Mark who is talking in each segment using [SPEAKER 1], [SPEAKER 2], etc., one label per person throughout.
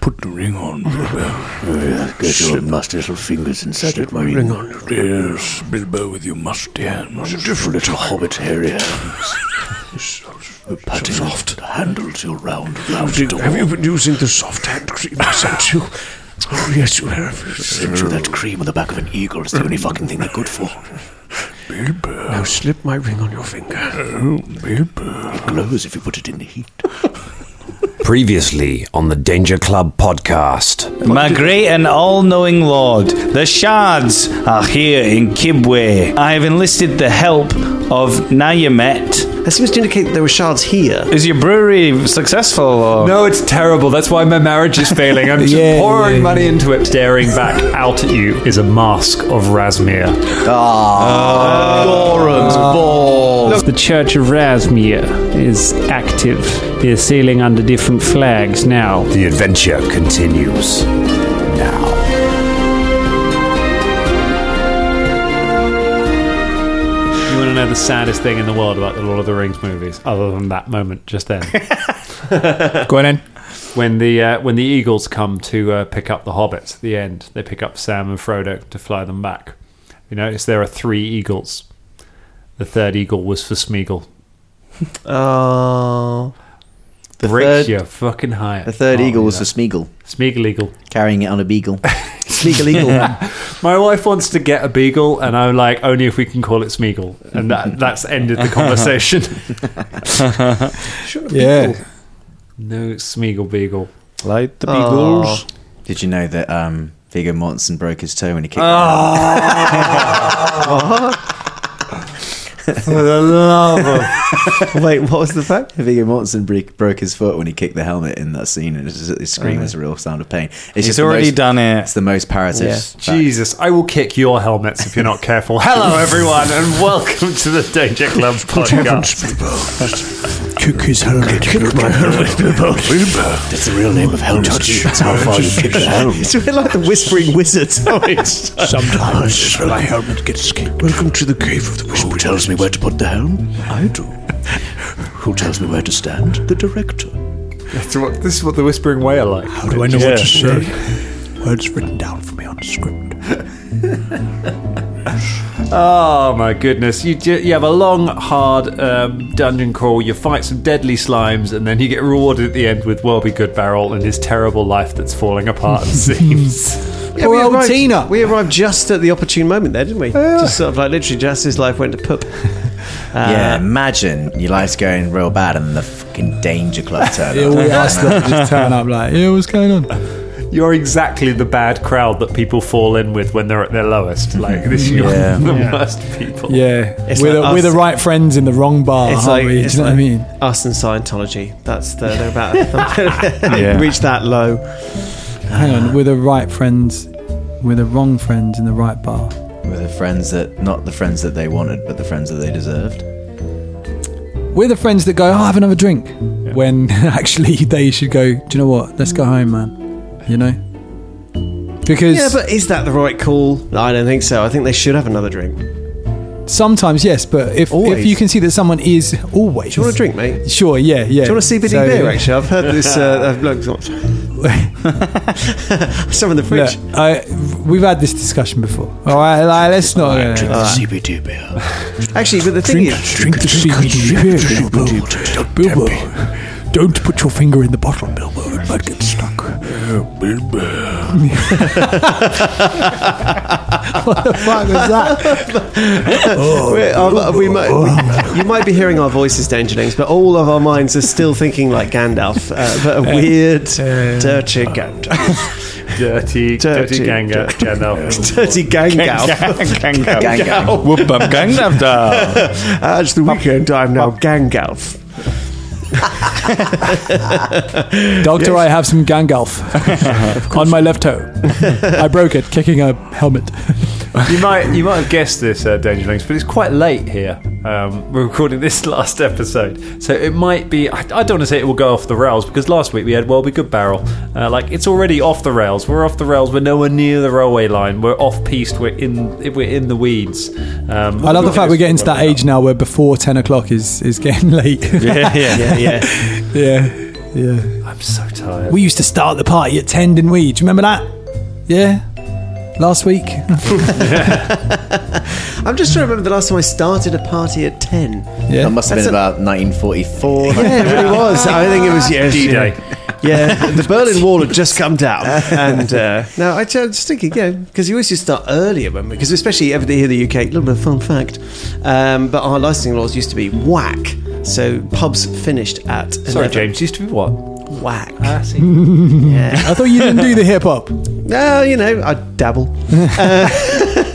[SPEAKER 1] put the ring
[SPEAKER 2] Mm.
[SPEAKER 1] on.
[SPEAKER 3] Yes, get your musty little fingers inside it, Marine.
[SPEAKER 2] Ring on.
[SPEAKER 1] yes, Bilbo with your musty hands.
[SPEAKER 3] Your different little hobbit hairy hands. The patting
[SPEAKER 1] soft.
[SPEAKER 3] the handles your round, round
[SPEAKER 2] Do-
[SPEAKER 3] door.
[SPEAKER 2] Have you been using the soft hand cream I sent you? Oh, yes, you have.
[SPEAKER 3] Sent you that cream on the back of an eagle. It's the only fucking thing they're good for.
[SPEAKER 1] Bilbo,
[SPEAKER 2] Now slip my ring on your finger.
[SPEAKER 1] Oh, Bilbo.
[SPEAKER 3] Glows if you put it in the heat.
[SPEAKER 4] Previously on the Danger Club podcast.
[SPEAKER 5] My great and all knowing Lord, the shards are here in Kibwe. I have enlisted the help of Nayamet.
[SPEAKER 6] That seems to indicate there were shards here.
[SPEAKER 5] Is your brewery successful? Or?
[SPEAKER 7] No, Oh, it's terrible. That's why my marriage is failing. I'm just
[SPEAKER 4] Yeah,
[SPEAKER 7] pouring
[SPEAKER 4] yeah,
[SPEAKER 7] money into it. Staring back out at you is a mask of Razmir.
[SPEAKER 8] Ah.
[SPEAKER 9] The Church of Rasmir is active. They're sailing under different flags now.
[SPEAKER 4] The adventure continues now.
[SPEAKER 7] You want to know the saddest thing in the world about the Lord of the Rings movies, other than that moment just then?
[SPEAKER 8] Go on in.
[SPEAKER 7] when the uh, when the eagles come to uh, pick up the hobbits at the end, they pick up Sam and Frodo to fly them back. You notice there are three eagles. The third eagle was for Smeagol.
[SPEAKER 6] Oh. The
[SPEAKER 7] Breaks
[SPEAKER 6] third,
[SPEAKER 7] your fucking heart.
[SPEAKER 6] the third
[SPEAKER 7] Can't
[SPEAKER 6] eagle
[SPEAKER 7] do
[SPEAKER 6] was the
[SPEAKER 7] that.
[SPEAKER 6] Smeagol,
[SPEAKER 7] Smeagol eagle.
[SPEAKER 6] carrying it on a beagle. Smeagol eagle.
[SPEAKER 7] My wife wants to get a beagle, and I'm like, only if we can call it Smeagol, and that that's ended the conversation.
[SPEAKER 8] Yeah.
[SPEAKER 7] no Smeagol beagle.
[SPEAKER 5] Light the
[SPEAKER 6] beagles. Did you know that um, Viggo Mortensen broke his toe when he kicked it?
[SPEAKER 7] For the love of
[SPEAKER 6] Wait, what was the fact? Viggo Mortensen bre- broke his foot when he kicked the helmet in that scene, and his, his scream was a real sound of pain. It's
[SPEAKER 5] He's
[SPEAKER 6] just the
[SPEAKER 5] already
[SPEAKER 6] most-
[SPEAKER 5] done
[SPEAKER 6] It's
[SPEAKER 5] it.
[SPEAKER 6] the most parodic.
[SPEAKER 7] Jesus, I will kick your helmets if you're not careful. Hello, everyone, and welcome to the Danger Club podcast.
[SPEAKER 2] Kick his helmet. Kick my helmet.
[SPEAKER 1] Bilbo.
[SPEAKER 3] That's the real name of Helmut. That's how far you kick the helm.
[SPEAKER 6] It's a bit like the Whispering Wizard.
[SPEAKER 2] Sometimes.
[SPEAKER 1] My helmet gets kicked.
[SPEAKER 2] Welcome to the cave of the whisper.
[SPEAKER 3] Who tells me where to put the helm? I do. Who tells me where to stand? The director.
[SPEAKER 7] That's what- this is what the Whispering Way are like.
[SPEAKER 2] How do I know what to say? Words written down for me on a script.
[SPEAKER 7] Oh my goodness! You ju- you have a long, hard um, dungeon crawl. You fight some deadly slimes, and then you get rewarded at the end with Well Be Good Barrel and his terrible life that's falling apart. It seems.
[SPEAKER 8] Poor
[SPEAKER 6] we
[SPEAKER 8] old
[SPEAKER 6] arrived-
[SPEAKER 8] Tina.
[SPEAKER 6] We arrived just at the opportune moment there, didn't we? Just sort of like literally just his life went to poop. yeah, imagine your life's going real bad and the fucking danger club turn
[SPEAKER 8] Yeah,
[SPEAKER 6] up.
[SPEAKER 8] all we asked them to just turn up like, yeah, what's going on?
[SPEAKER 7] You're exactly the bad crowd that people fall in with when they're at their lowest. Like this, you're the worst people.
[SPEAKER 8] Yeah.
[SPEAKER 6] It's
[SPEAKER 8] we're,
[SPEAKER 6] like
[SPEAKER 8] the, we're the
[SPEAKER 6] us.
[SPEAKER 8] right friends in the wrong bar,
[SPEAKER 6] It's
[SPEAKER 8] aren't
[SPEAKER 6] like,
[SPEAKER 8] we? Do
[SPEAKER 6] it's
[SPEAKER 8] you know what I
[SPEAKER 6] like
[SPEAKER 8] mean?
[SPEAKER 6] us and Scientology. That's the, they're about yeah. reach that low.
[SPEAKER 8] Hang
[SPEAKER 6] uh,
[SPEAKER 8] on, we're the right friends. We're the wrong friends in the right bar.
[SPEAKER 6] With the friends that, not the friends that they wanted, but the friends that they deserved.
[SPEAKER 8] We're the friends that go, oh, have another drink. When actually they should go, do you know what? Let's go home, man. You know? Because
[SPEAKER 6] Yeah, but is that the right call? I don't think so. I think they should have another drink. Do
[SPEAKER 8] sometimes, yes, but if, if
[SPEAKER 6] Always.
[SPEAKER 8] you can see that someone is always.
[SPEAKER 6] you want a drink, mate? Do
[SPEAKER 8] Sure, yeah, yeah.
[SPEAKER 6] you want a CBD
[SPEAKER 8] So-
[SPEAKER 6] beer? Actually, I've heard this. Uh, I've looked. Some in the
[SPEAKER 8] Look,
[SPEAKER 6] fridge.
[SPEAKER 8] I, we've had this discussion before. All right, like, let's not. no, no,
[SPEAKER 3] Drink
[SPEAKER 8] no.
[SPEAKER 3] the CBD beer.
[SPEAKER 6] Actually, but the thing is,
[SPEAKER 2] Drink the CBD beer, Bilbo. Bilbo, don't put your finger in the bottle, Bilbo. It might get stuck.
[SPEAKER 7] Uh,
[SPEAKER 1] Bilbo.
[SPEAKER 8] What the fuck was that?
[SPEAKER 6] We're- uh, we might, we- you might be hearing our voices, Dangerlings, but all of our minds are still thinking like Gandalf, uh, but a weird, dirty Gandalf.
[SPEAKER 7] Dirty, dirty,
[SPEAKER 6] Dirty.
[SPEAKER 7] ganger. Yeah, no.
[SPEAKER 6] dirty Gangalf. Gangalf.
[SPEAKER 4] Whoop up gang
[SPEAKER 6] Uh, it's the weekend, I'm now Gangalf.
[SPEAKER 8] Doctor, I have some gangalf on my left toe. I broke it kicking a helmet.
[SPEAKER 7] You might you might have guessed this, uh, Dangerlings, but it's quite late here. Um, we're recording this last episode, so it might be. I, I don't want to say it will go off the rails because last week we had well, be good barrel. Uh, like it's already off the rails. We're off the rails. We're nowhere near the railway line. We're off piste. We're in we're in the weeds. Um,
[SPEAKER 8] I love the fact we're getting to that age now where before ten o'clock is is getting late.
[SPEAKER 5] Yeah, yeah, yeah.
[SPEAKER 8] yeah, Yeah.
[SPEAKER 7] I'm so tired.
[SPEAKER 8] We used to start the party at 10, didn't we? Do you remember that? Yeah. Last week?
[SPEAKER 6] I'm just trying to remember the last time I started a party at 10.
[SPEAKER 8] Yeah.
[SPEAKER 10] That must have been about 1944.
[SPEAKER 6] Yeah, it really was. I think it was yes,
[SPEAKER 7] D-Day.
[SPEAKER 6] Yeah, yeah. the Berlin Wall had just come down, and uh, now I ju- I was just thinking, yeah, because you always used to start earlier when we, because especially everybody here in the UK. A little bit of fun fact, um, but our licensing laws used to be whack. So pubs finished at
[SPEAKER 7] Sorry,
[SPEAKER 6] 11.
[SPEAKER 7] James. Used to be what?
[SPEAKER 6] Whack.
[SPEAKER 7] I see.
[SPEAKER 8] I thought you didn't do the hip hop.
[SPEAKER 6] No, you know, I dabble. Uh,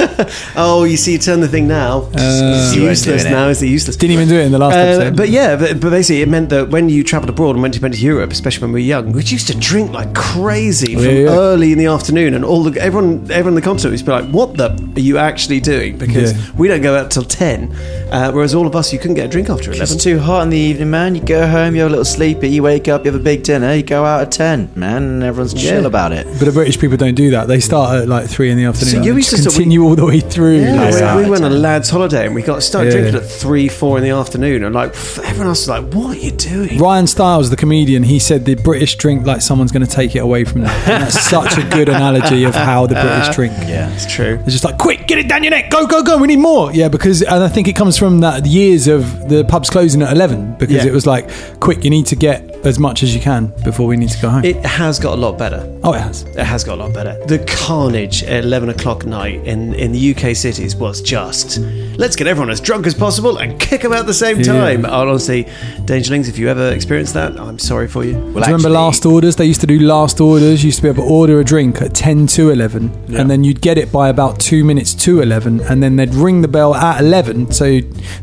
[SPEAKER 6] oh, you see, you turn the thing now. it's
[SPEAKER 10] You weren't
[SPEAKER 6] useless
[SPEAKER 10] doing it.
[SPEAKER 6] now. Is it useless?
[SPEAKER 8] Didn't even do it in the last
[SPEAKER 6] Uh,
[SPEAKER 8] episode.
[SPEAKER 6] but yeah, but, but basically, it meant that when you travelled abroad and went to, went to Europe, especially when we were young, we used to drink like crazy from
[SPEAKER 8] Oh, Yeah, yeah.
[SPEAKER 6] early in the afternoon, and all the everyone, everyone in the concert used to be like, "What the are you actually doing?" Because
[SPEAKER 8] Yeah.
[SPEAKER 6] we don't go out till ten, uh, whereas all of us, you couldn't get a drink after
[SPEAKER 10] It's
[SPEAKER 6] eleven.
[SPEAKER 10] too hot in the evening, man. You go home, you have a little sleepy, you wake up, you have a big dinner, you go out at 10, man, and everyone's chill about it.
[SPEAKER 8] But the British people don't do that. They start at like three in the afternoon.
[SPEAKER 6] So
[SPEAKER 8] and
[SPEAKER 6] you
[SPEAKER 8] just
[SPEAKER 6] used to-
[SPEAKER 8] continue all the way through.
[SPEAKER 6] Yeah,
[SPEAKER 8] Like,
[SPEAKER 6] we-
[SPEAKER 10] yeah.
[SPEAKER 6] we, went on a lads' holiday and we got started
[SPEAKER 8] Yeah.
[SPEAKER 6] drinking at three, four in the afternoon, and like pff, everyone else was like, "What are you doing?"
[SPEAKER 8] Ryan Stiles, the comedian, he said the British drink like someone's going to take it away from them. And that's such a good analogy of how the
[SPEAKER 6] Uh,
[SPEAKER 8] British drink.
[SPEAKER 10] Yeah.
[SPEAKER 6] It's true.
[SPEAKER 8] It's just like, quick, get it down your neck, go, go, go, we need more. Yeah, because, and I think it comes from that years of the pubs closing at 11 because
[SPEAKER 6] Yeah.
[SPEAKER 8] it was like, quick, you need to get as much as you can before we need to go home.
[SPEAKER 6] It has got a lot better.
[SPEAKER 8] oh, it has.
[SPEAKER 6] It has got a lot better. The carnage at 11 o'clock night in, in the UK cities was just let's get everyone as drunk as possible and kick them out at the same time. And honestly, Dangerlings, if you ever experienced that, I'm sorry for you.
[SPEAKER 10] Well,
[SPEAKER 8] do you remember
[SPEAKER 10] actually,
[SPEAKER 8] last orders? They used to do last orders. You used to be able to order a drink at 10 to 11, and then you'd get it by about two minutes to 11, and then they'd ring the bell at 11. So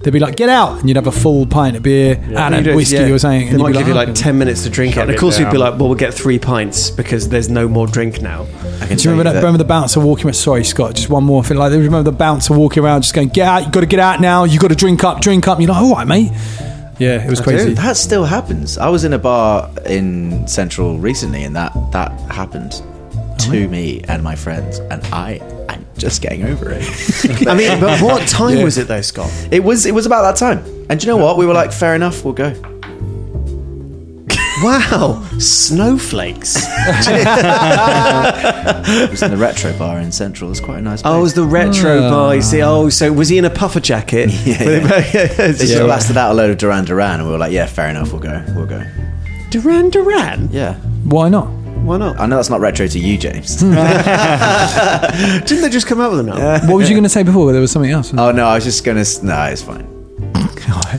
[SPEAKER 8] they'd be like, get out, and you'd have a full pint of beer and a whiskey
[SPEAKER 6] Yeah.
[SPEAKER 8] or something.
[SPEAKER 6] They
[SPEAKER 8] and you'd
[SPEAKER 6] might
[SPEAKER 8] be
[SPEAKER 6] give you like
[SPEAKER 8] "Oh,
[SPEAKER 6] 10 minutes to drink it. And of
[SPEAKER 7] it
[SPEAKER 6] course, we'd be
[SPEAKER 7] down.
[SPEAKER 6] like, well, we'll get three pints because there's no more drink now.
[SPEAKER 10] I can
[SPEAKER 8] Do you
[SPEAKER 10] tell
[SPEAKER 8] remember that,
[SPEAKER 10] that-
[SPEAKER 6] eh?"
[SPEAKER 8] remember the bouncer walking around? Sorry, Scott, just one more thing. Like, do you remember the bouncer walking around just going, get out, you got to get out now, you got to drink up, drink up. You're like, all right, mate. Yeah, it was crazy.
[SPEAKER 10] Dude, that still happens. I was in a bar in Central recently, and that that happened
[SPEAKER 8] Oh,
[SPEAKER 10] to me and my friends, and I am just getting over it.
[SPEAKER 6] I mean, but what time was it though, Scott?
[SPEAKER 10] it was it was about that time, and do you know what? We were like, fair enough, we'll go.
[SPEAKER 6] Wow, snowflakes.
[SPEAKER 10] It was in the retro bar in Central. It was quite a nice. Place.
[SPEAKER 6] Oh, it was the retro
[SPEAKER 8] Ah.
[SPEAKER 6] bar. You see, oh, so was he in a puffer jacket?
[SPEAKER 10] They just blasted out a load of Duran Duran, and we were like, yeah, fair enough, we'll go, we'll go.
[SPEAKER 6] Duran Duran?
[SPEAKER 10] Yeah,
[SPEAKER 8] Why not?
[SPEAKER 6] Why not?
[SPEAKER 10] I know that's not retro to you, James.
[SPEAKER 6] Didn't they just come out with an album?
[SPEAKER 8] What was you going to say before? There was something else.
[SPEAKER 6] Uh,
[SPEAKER 10] Oh no, I was just gonna. s- No, it's fine.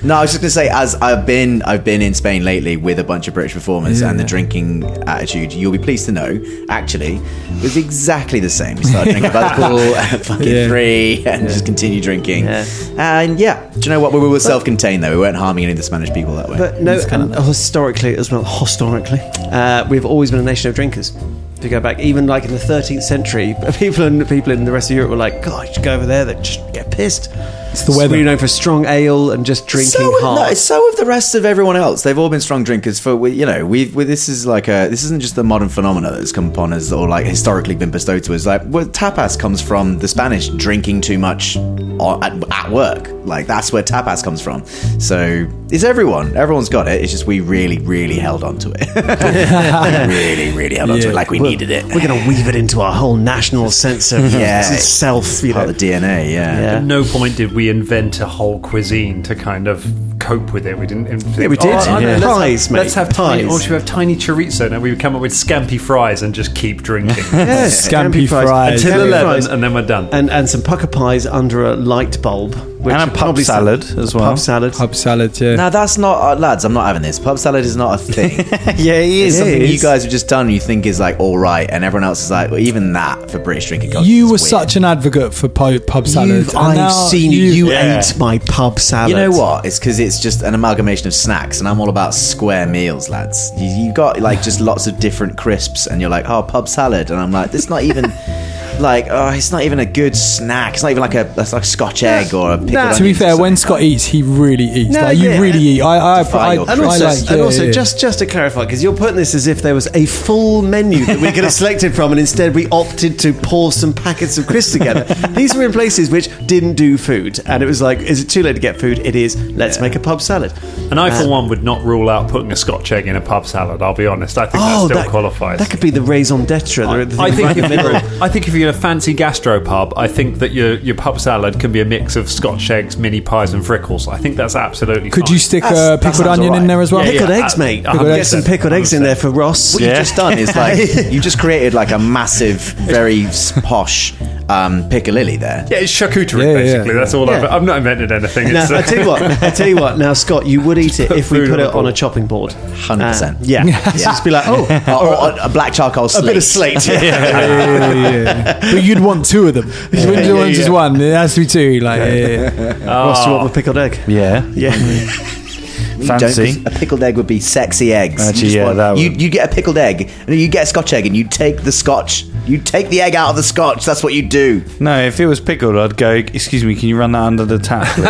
[SPEAKER 10] no, I was just gonna say, as I've been, I've been in Spain lately with a bunch of British performers, and the drinking attitude, you'll be pleased to know, actually, was exactly the same. We started drinking alcohol at fucking
[SPEAKER 8] Yeah.
[SPEAKER 10] three, and just continue drinking.
[SPEAKER 6] Yeah.
[SPEAKER 10] And yeah, do you know what? We were self-contained though. We weren't harming any of the Spanish people that way.
[SPEAKER 6] But no, and historically as well. Historically, uh, we've always been a nation of drinkers. If you go back, even like in the 13th century, people in people in the rest of Europe were like, "God, you should go over there. They just get pissed." It's
[SPEAKER 8] the weather.
[SPEAKER 6] We're known for strong ale and just drinking
[SPEAKER 10] so,
[SPEAKER 6] hard.
[SPEAKER 10] no, so have the rest of everyone else. They've all been strong drinkers for we- you know. We've we, this is like a this isn't just the modern phenomena that's come upon us or like historically been bestowed to us. Like well, tapas comes from the Spanish drinking too much or at, at work. Like that's where tapas comes from. So it's everyone. Everyone's got it. It's just we really really held on to it. really really held on to it like we needed it.
[SPEAKER 6] We're going to weave it into our whole national sense of
[SPEAKER 10] Yeah.
[SPEAKER 6] this is self. You know.
[SPEAKER 10] Part of the DNA. Yeah.
[SPEAKER 6] Yeah.
[SPEAKER 7] At no point did we invent a whole cuisine to kind of cope with it. We didn't. invent
[SPEAKER 6] Yeah, we did.
[SPEAKER 7] I know,
[SPEAKER 6] Yeah.
[SPEAKER 7] Let's
[SPEAKER 6] Pies,
[SPEAKER 7] have,
[SPEAKER 6] mate.
[SPEAKER 7] Let's have tiny,
[SPEAKER 6] Pies.
[SPEAKER 7] Or should we have tiny chorizo? Now we would come up with scampy fries and just keep drinking
[SPEAKER 6] Yeah,
[SPEAKER 8] Scampi fries.
[SPEAKER 7] till
[SPEAKER 6] Scampi
[SPEAKER 7] eleven,
[SPEAKER 6] fries.
[SPEAKER 7] and then we're done.
[SPEAKER 6] and and some pucker pies under a light bulb, which
[SPEAKER 5] And a
[SPEAKER 6] are
[SPEAKER 5] pub
[SPEAKER 6] probably some-
[SPEAKER 5] salad as well.
[SPEAKER 6] Pub salad.
[SPEAKER 8] Pub salad, yeah.
[SPEAKER 10] Now that's not uh, lads. I'm not having this. Pub salad is not a thing.
[SPEAKER 6] Yeah, it
[SPEAKER 10] It's
[SPEAKER 6] is.
[SPEAKER 10] something you guys have just done. You think is like all right, and everyone else is like, well, even that for British drinking culture.
[SPEAKER 8] you
[SPEAKER 10] is
[SPEAKER 8] were
[SPEAKER 10] weird.
[SPEAKER 8] such an advocate for pub, pub salad.
[SPEAKER 6] You've,
[SPEAKER 8] and
[SPEAKER 6] I've
[SPEAKER 8] now
[SPEAKER 6] seen you. You
[SPEAKER 7] Yeah.
[SPEAKER 6] ate my pub salad.
[SPEAKER 10] You know what? It's because it's just an amalgamation of snacks, and I'm all about square meals, lads. You, you got like just lots of different crisps, and you're like, oh, pub salad, and I'm like, this not even. like oh, it's not even a good snack. It's not even like a it's like a Scotch egg or a pickled.
[SPEAKER 6] Nah.
[SPEAKER 10] onions
[SPEAKER 8] To be
[SPEAKER 10] or
[SPEAKER 8] fair,
[SPEAKER 10] something.
[SPEAKER 8] when Scott eats, he really eats.
[SPEAKER 6] No,
[SPEAKER 8] like, you
[SPEAKER 6] yeah,
[SPEAKER 8] really
[SPEAKER 6] and-
[SPEAKER 8] eat. I, I,
[SPEAKER 10] Defy
[SPEAKER 8] I,
[SPEAKER 10] your
[SPEAKER 8] I
[SPEAKER 6] And
[SPEAKER 10] Right,
[SPEAKER 6] also,
[SPEAKER 8] like,
[SPEAKER 6] and
[SPEAKER 8] yeah,
[SPEAKER 6] also
[SPEAKER 8] yeah.
[SPEAKER 6] just just to clarify, because you're putting this as if there was a full menu that we could have selected from, and instead we opted to pour some packets of crisps together. These were in places which didn't do food, and it was like, is it too late to get food? It is. Let's make a pub salad.
[SPEAKER 7] And I,
[SPEAKER 6] uh,
[SPEAKER 7] for one, would not rule out putting a Scotch egg in a pub salad. I'll be honest. I think that still qualifies.
[SPEAKER 6] Oh, That could be the raison d'etre. the- the
[SPEAKER 7] I
[SPEAKER 6] thing
[SPEAKER 7] think,
[SPEAKER 6] right
[SPEAKER 7] if
[SPEAKER 6] in the
[SPEAKER 7] you're,
[SPEAKER 6] middle.
[SPEAKER 7] I think if you're in a fancy gastro pub, I think that your your pub salad can be a mix of Scotch eggs, mini pies, and frickles. I think that's absolutely.
[SPEAKER 8] Could
[SPEAKER 7] fine.
[SPEAKER 8] you stick
[SPEAKER 10] That's-
[SPEAKER 8] a
[SPEAKER 10] that
[SPEAKER 8] pickled
[SPEAKER 10] sounds
[SPEAKER 8] onion in
[SPEAKER 10] alright.
[SPEAKER 8] there as well?
[SPEAKER 7] Yeah,
[SPEAKER 6] Pickled
[SPEAKER 7] yeah,
[SPEAKER 6] eggs,
[SPEAKER 7] uh,
[SPEAKER 6] mate.
[SPEAKER 7] Pickled
[SPEAKER 6] Get
[SPEAKER 7] eggs.
[SPEAKER 6] some pickled eggs in there for Ross.
[SPEAKER 10] what you've just done is like you just created like a massive, very s- posh um, piccalilli there.
[SPEAKER 7] Yeah, it's charcuterie
[SPEAKER 8] Yeah, yeah,
[SPEAKER 7] basically. that's all. I've,
[SPEAKER 6] Yeah.
[SPEAKER 7] I've not invented anything.
[SPEAKER 6] Now,
[SPEAKER 7] It's, uh,
[SPEAKER 6] I tell you what. I tell you what. Now, Scott, you would eat it if we
[SPEAKER 7] food
[SPEAKER 6] put
[SPEAKER 7] on a
[SPEAKER 6] it on a
[SPEAKER 7] board.
[SPEAKER 6] chopping board.
[SPEAKER 10] Hundred
[SPEAKER 6] Uh,
[SPEAKER 10] percent.
[SPEAKER 6] Yeah. So Just be like, oh,
[SPEAKER 10] Or, or a, a black charcoal slate.
[SPEAKER 6] slate.
[SPEAKER 8] yeah, yeah, yeah. But you'd want two of them. You wouldn't do one just one. It has to be two. Like, yeah, yeah, yeah.
[SPEAKER 6] Ross, do you want the pickled egg?
[SPEAKER 5] Yeah.
[SPEAKER 6] Ah. Yeah.
[SPEAKER 10] You don't, 'cause
[SPEAKER 5] Fancy.
[SPEAKER 10] A pickled egg would be sexy eggs. You
[SPEAKER 5] Actually,
[SPEAKER 10] just
[SPEAKER 5] yeah, that
[SPEAKER 10] you
[SPEAKER 5] would-
[SPEAKER 10] you get a pickled egg, and you get a Scotch egg, and you take the Scotch. You take the egg out of the Scotch. That's what you do.
[SPEAKER 5] No, if it was pickled, I'd go, excuse me, can you run that under the tap? please?"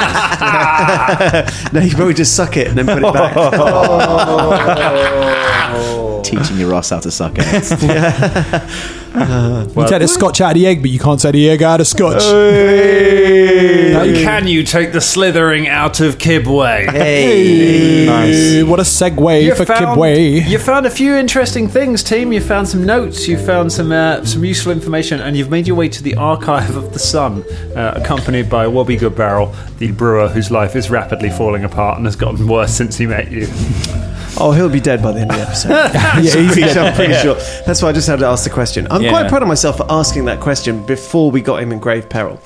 [SPEAKER 6] No, you probably just suck it and then put it back.
[SPEAKER 10] Teaching your Ross how to suck eggs.
[SPEAKER 8] you take the scotch out of the egg, but you can't take the egg out of scotch.
[SPEAKER 7] can you take the slithering out of Kibway?
[SPEAKER 10] hey,
[SPEAKER 8] Uh, What a segue for Kibwe.
[SPEAKER 7] You found a few interesting things, team. You found some notes. You found some uh, some useful information, and you've made your way to the archive of the Sun, uh, accompanied by Wobby Goodbarrel, the brewer whose life is rapidly falling apart and has gotten worse since he met you.
[SPEAKER 6] Oh, he'll be dead by the end of the episode. yeah, I'm pretty sure. That's why I just had to ask the question. I'm quite proud of myself for asking that question before we got him in grave peril.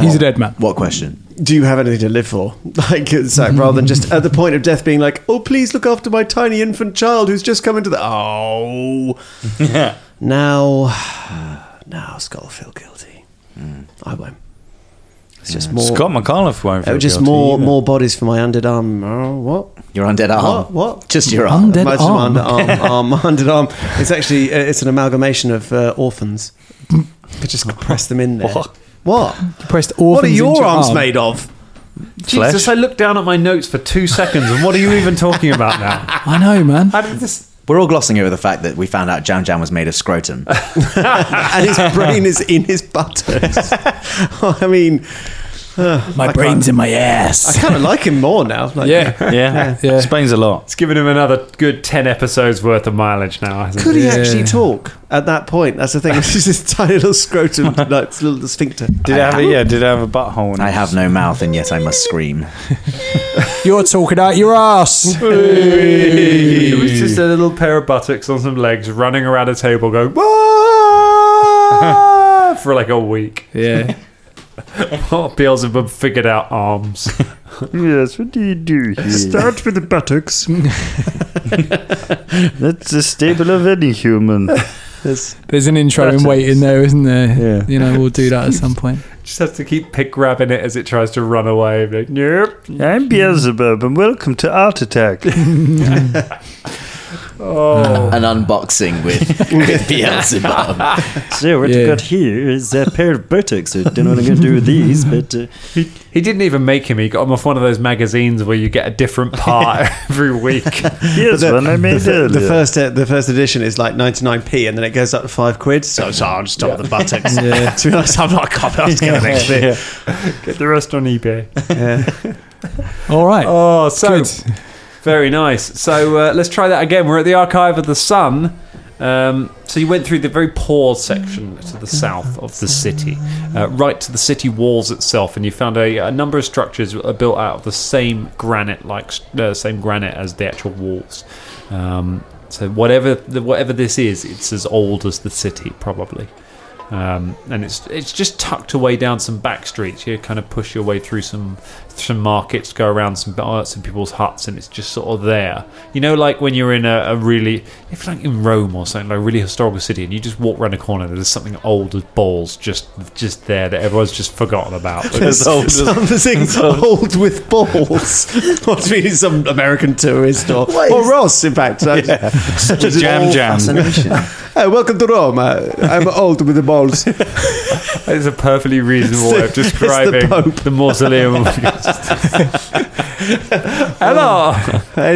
[SPEAKER 8] He's a dead man.
[SPEAKER 10] what question?
[SPEAKER 6] Do you have anything to live for? Like, it's like, rather than just at the point of death being like, oh, please look after my tiny infant child who's just come into the. Oh. now, now Scott will feel guilty. I won't. It's just more.
[SPEAKER 5] Scott McAuliffe won't
[SPEAKER 6] it
[SPEAKER 5] feel
[SPEAKER 6] was just
[SPEAKER 5] guilty
[SPEAKER 6] more
[SPEAKER 5] either.
[SPEAKER 6] more bodies for my underarm. Oh, what?
[SPEAKER 10] Your undead arm.
[SPEAKER 6] What? What?
[SPEAKER 10] Just your arm.
[SPEAKER 8] Undead
[SPEAKER 6] Imagine
[SPEAKER 8] arm.
[SPEAKER 6] Underarm, arm, underarm. It's actually uh, it's an amalgamation of uh, orphans. Could just compress them in there. What? What?
[SPEAKER 8] Pressed
[SPEAKER 6] What are
[SPEAKER 8] orphans into
[SPEAKER 6] your arms
[SPEAKER 8] arm.
[SPEAKER 6] made of?
[SPEAKER 7] Jesus, I looked down at my notes for two seconds, and what are you even talking about now?
[SPEAKER 8] I know, man.
[SPEAKER 7] How did this?
[SPEAKER 10] We're all glossing over the fact that we found out Jam Jam was made of scrotum.
[SPEAKER 6] And his brain is in his buttocks. I mean,
[SPEAKER 8] My brain's in my ass.
[SPEAKER 6] I kind of like him more now. Like,
[SPEAKER 8] Yeah.
[SPEAKER 5] Yeah.
[SPEAKER 8] Yeah.
[SPEAKER 5] Explains a lot.
[SPEAKER 7] It's given him another good ten episodes worth of mileage now. Hasn't
[SPEAKER 6] Could
[SPEAKER 7] it?
[SPEAKER 6] he actually talk at that point? That's the thing. It's just this tiny little scrotum, like this little sphincter.
[SPEAKER 5] Did it have a, yeah, did it have a butthole? in
[SPEAKER 10] I
[SPEAKER 5] it?
[SPEAKER 10] have no mouth, and yet I must scream.
[SPEAKER 8] You're talking out your ass.
[SPEAKER 7] It was just a little pair of buttocks on some legs running around a table going, "Wah!" for like a week.
[SPEAKER 8] yeah.
[SPEAKER 7] Oh, Beelzebub figured out arms.
[SPEAKER 1] Yes, what do you do here? Start with the buttocks. That's the staple of any human.
[SPEAKER 8] There's an intro in waiting there, isn't there?
[SPEAKER 1] Yeah.
[SPEAKER 8] You know, we'll do that at some point.
[SPEAKER 7] Just has to keep pick grabbing it as it tries to run away. Like, nope.
[SPEAKER 1] I'm Beelzebub, and welcome to Art Attack.
[SPEAKER 7] Oh.
[SPEAKER 10] An unboxing with, with Beelzebub.
[SPEAKER 1] So what
[SPEAKER 8] Yeah.
[SPEAKER 1] you got here is a pair of buttocks. I don't know what I'm going to do with these, but uh,
[SPEAKER 7] He didn't even make him. He got him off one of those magazines where you get a different part every week.
[SPEAKER 1] here's one I made
[SPEAKER 6] The, the
[SPEAKER 1] earlier.
[SPEAKER 6] first uh, the first edition is like 99p and then it goes up to 5 quid so, so I'll just stop at the buttocks to be honest I'm not a cop I'll just get the next bit
[SPEAKER 7] Get the rest on eBay.
[SPEAKER 8] All right.
[SPEAKER 7] Oh, so
[SPEAKER 8] Good.
[SPEAKER 7] very nice. So uh, let's try that again. We're at the Archive of the Sun. Um, so you went through the very poor section to the south of the city, uh, right to the city walls itself, and you found a, a number of structures that are built out of the same granite, like uh, same granite as the actual walls. Um, so whatever the, whatever this is, it's as old as the city probably um, and it's it's just tucked away down some back streets. You kind of push your way through some some markets, go around some uh, some people's huts, and it's just sort of there. You know, like when you're in a, a really, if like in Rome or something, like a really historical city, and you just walk around a corner, there's something old as balls just just there that everyone's just forgotten about.
[SPEAKER 6] something old with balls what do you mean some American tourist or, or Ross in fact yeah.
[SPEAKER 5] Jam Jam.
[SPEAKER 10] Fascination.
[SPEAKER 6] "Hey, welcome to Rome. Uh, I'm old with the balls."
[SPEAKER 7] It's a perfectly reasonable way of
[SPEAKER 6] It's the- it's the
[SPEAKER 7] describing the,
[SPEAKER 6] Pope.
[SPEAKER 7] mausoleum. Hello.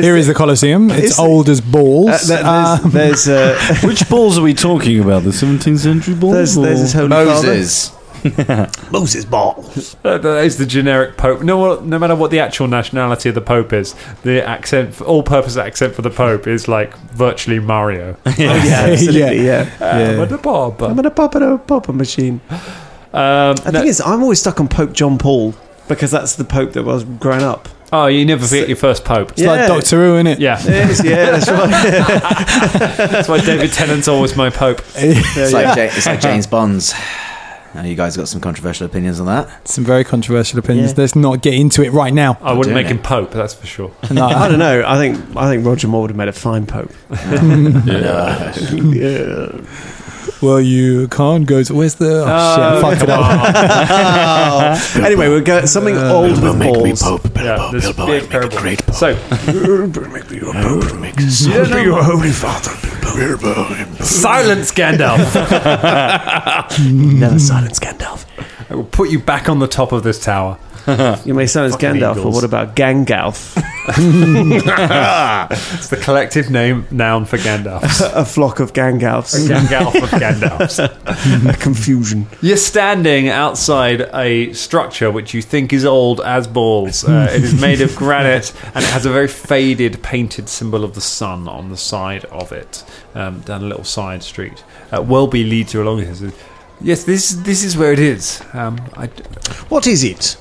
[SPEAKER 8] Here is the Colosseum. It's, old as balls.
[SPEAKER 6] Uh, there- there's,
[SPEAKER 8] Um,
[SPEAKER 6] there's, uh,
[SPEAKER 1] Which balls are we talking about? The 17th century balls?
[SPEAKER 6] there's, there's his holy
[SPEAKER 10] Moses.
[SPEAKER 6] father. Moses ball.
[SPEAKER 7] That, that is the generic Pope. No, no matter what the actual nationality of the Pope is, the accent, for, all-purpose accent for the Pope is like virtually Mario.
[SPEAKER 8] oh,
[SPEAKER 6] Yeah, absolutely. Yeah.
[SPEAKER 7] Um, but the Pope.
[SPEAKER 6] I'm gonna pop it a popper machine.
[SPEAKER 7] Um,
[SPEAKER 6] The
[SPEAKER 7] no-
[SPEAKER 6] thing is, I'm always stuck on Pope John Paul because that's the Pope that was growing up.
[SPEAKER 7] oh, you never forget your first Pope.
[SPEAKER 8] it's like Doctor Who, isn't it?
[SPEAKER 7] Yeah,
[SPEAKER 6] It is, yeah, that's right.
[SPEAKER 7] that's why David Tennant's always my Pope.
[SPEAKER 10] It's like, Ja- it's like James Bond's. Now you guys got some controversial opinions on that.
[SPEAKER 8] Some very controversial opinions. Let's not get into it right now.
[SPEAKER 7] I wouldn't
[SPEAKER 10] doing
[SPEAKER 7] make him
[SPEAKER 10] it.
[SPEAKER 7] Pope, that's for sure.
[SPEAKER 6] I don't know. I think I think Roger Moore would have made a fine Pope. yeah.
[SPEAKER 8] Well, you can't go to. Where's the. Oh, shit. Fuck it
[SPEAKER 7] come
[SPEAKER 8] up.
[SPEAKER 7] on.
[SPEAKER 6] Anyway, we'll go something old
[SPEAKER 3] Bilbo,
[SPEAKER 6] with
[SPEAKER 3] make me
[SPEAKER 6] balls.
[SPEAKER 3] Pope. Bilbo,
[SPEAKER 7] Yeah, this
[SPEAKER 3] Bilbo,
[SPEAKER 7] big
[SPEAKER 3] I make a
[SPEAKER 7] purple.
[SPEAKER 3] great Pope.
[SPEAKER 7] So,
[SPEAKER 3] Bilbo, make me your Pope.
[SPEAKER 5] Oh.
[SPEAKER 3] Make Bilbo, your holy father. Bilbo, Bilbo.
[SPEAKER 7] silence, Gandalf.
[SPEAKER 6] Never silence Gandalf.
[SPEAKER 7] I will put you back on the top of this tower.
[SPEAKER 6] You may silence
[SPEAKER 7] Fucking
[SPEAKER 6] Gandalf, but
[SPEAKER 7] eagles.
[SPEAKER 6] what about Gangalf?
[SPEAKER 7] It's the collective name noun for Gandalf.
[SPEAKER 6] a flock of Gangalfs.
[SPEAKER 7] Gandalf of Gandalfs.
[SPEAKER 6] a confusion.
[SPEAKER 7] You're standing outside a structure which you think is old as balls. Uh, it is made of granite and it has a very faded painted symbol of the sun on the side of it, um, down a little side street. Uh, Welby leads you along. He says, Yes, this this is where it is. Um, I,
[SPEAKER 6] What is it?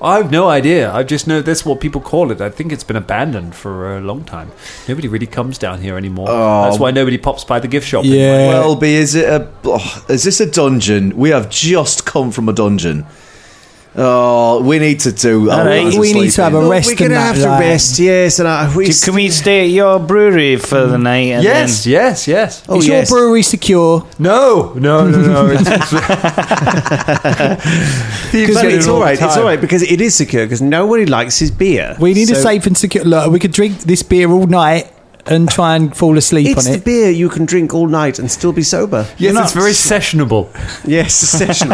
[SPEAKER 7] I've no idea. I just know that's what people call it. I think it's been abandoned for a long time. Nobody really comes down here anymore.
[SPEAKER 6] Oh.
[SPEAKER 7] That's why nobody pops by the gift shop.
[SPEAKER 8] Yeah.
[SPEAKER 10] Well, be is it a? oh, is this a dungeon? We have just come from a dungeon. Oh, we need to do.
[SPEAKER 5] All right.
[SPEAKER 8] We need to have a
[SPEAKER 6] Look,
[SPEAKER 8] rest
[SPEAKER 6] we're going
[SPEAKER 8] in
[SPEAKER 6] to
[SPEAKER 8] that,
[SPEAKER 6] have to
[SPEAKER 8] like-
[SPEAKER 6] rest, yes. And I, we
[SPEAKER 5] C- Can we stay at your brewery for the night? And
[SPEAKER 7] Yes, yes, yes.
[SPEAKER 6] Oh,
[SPEAKER 8] Is your
[SPEAKER 6] yes.
[SPEAKER 8] brewery secure?
[SPEAKER 7] No, no, no, no. It's, it's, Thieves
[SPEAKER 6] But
[SPEAKER 7] do it
[SPEAKER 6] it's
[SPEAKER 7] all
[SPEAKER 6] all
[SPEAKER 7] the
[SPEAKER 6] right. It's
[SPEAKER 7] time.
[SPEAKER 6] all right because it is secure because nobody likes his beer.
[SPEAKER 8] We need a
[SPEAKER 6] So
[SPEAKER 8] safe and secure. Look, we could drink this beer all night and try and fall asleep
[SPEAKER 6] It's
[SPEAKER 8] on
[SPEAKER 6] the
[SPEAKER 8] it.
[SPEAKER 6] beer you can drink all night and still be sober.
[SPEAKER 7] Yes, it's very sessionable.
[SPEAKER 6] Yes, a session,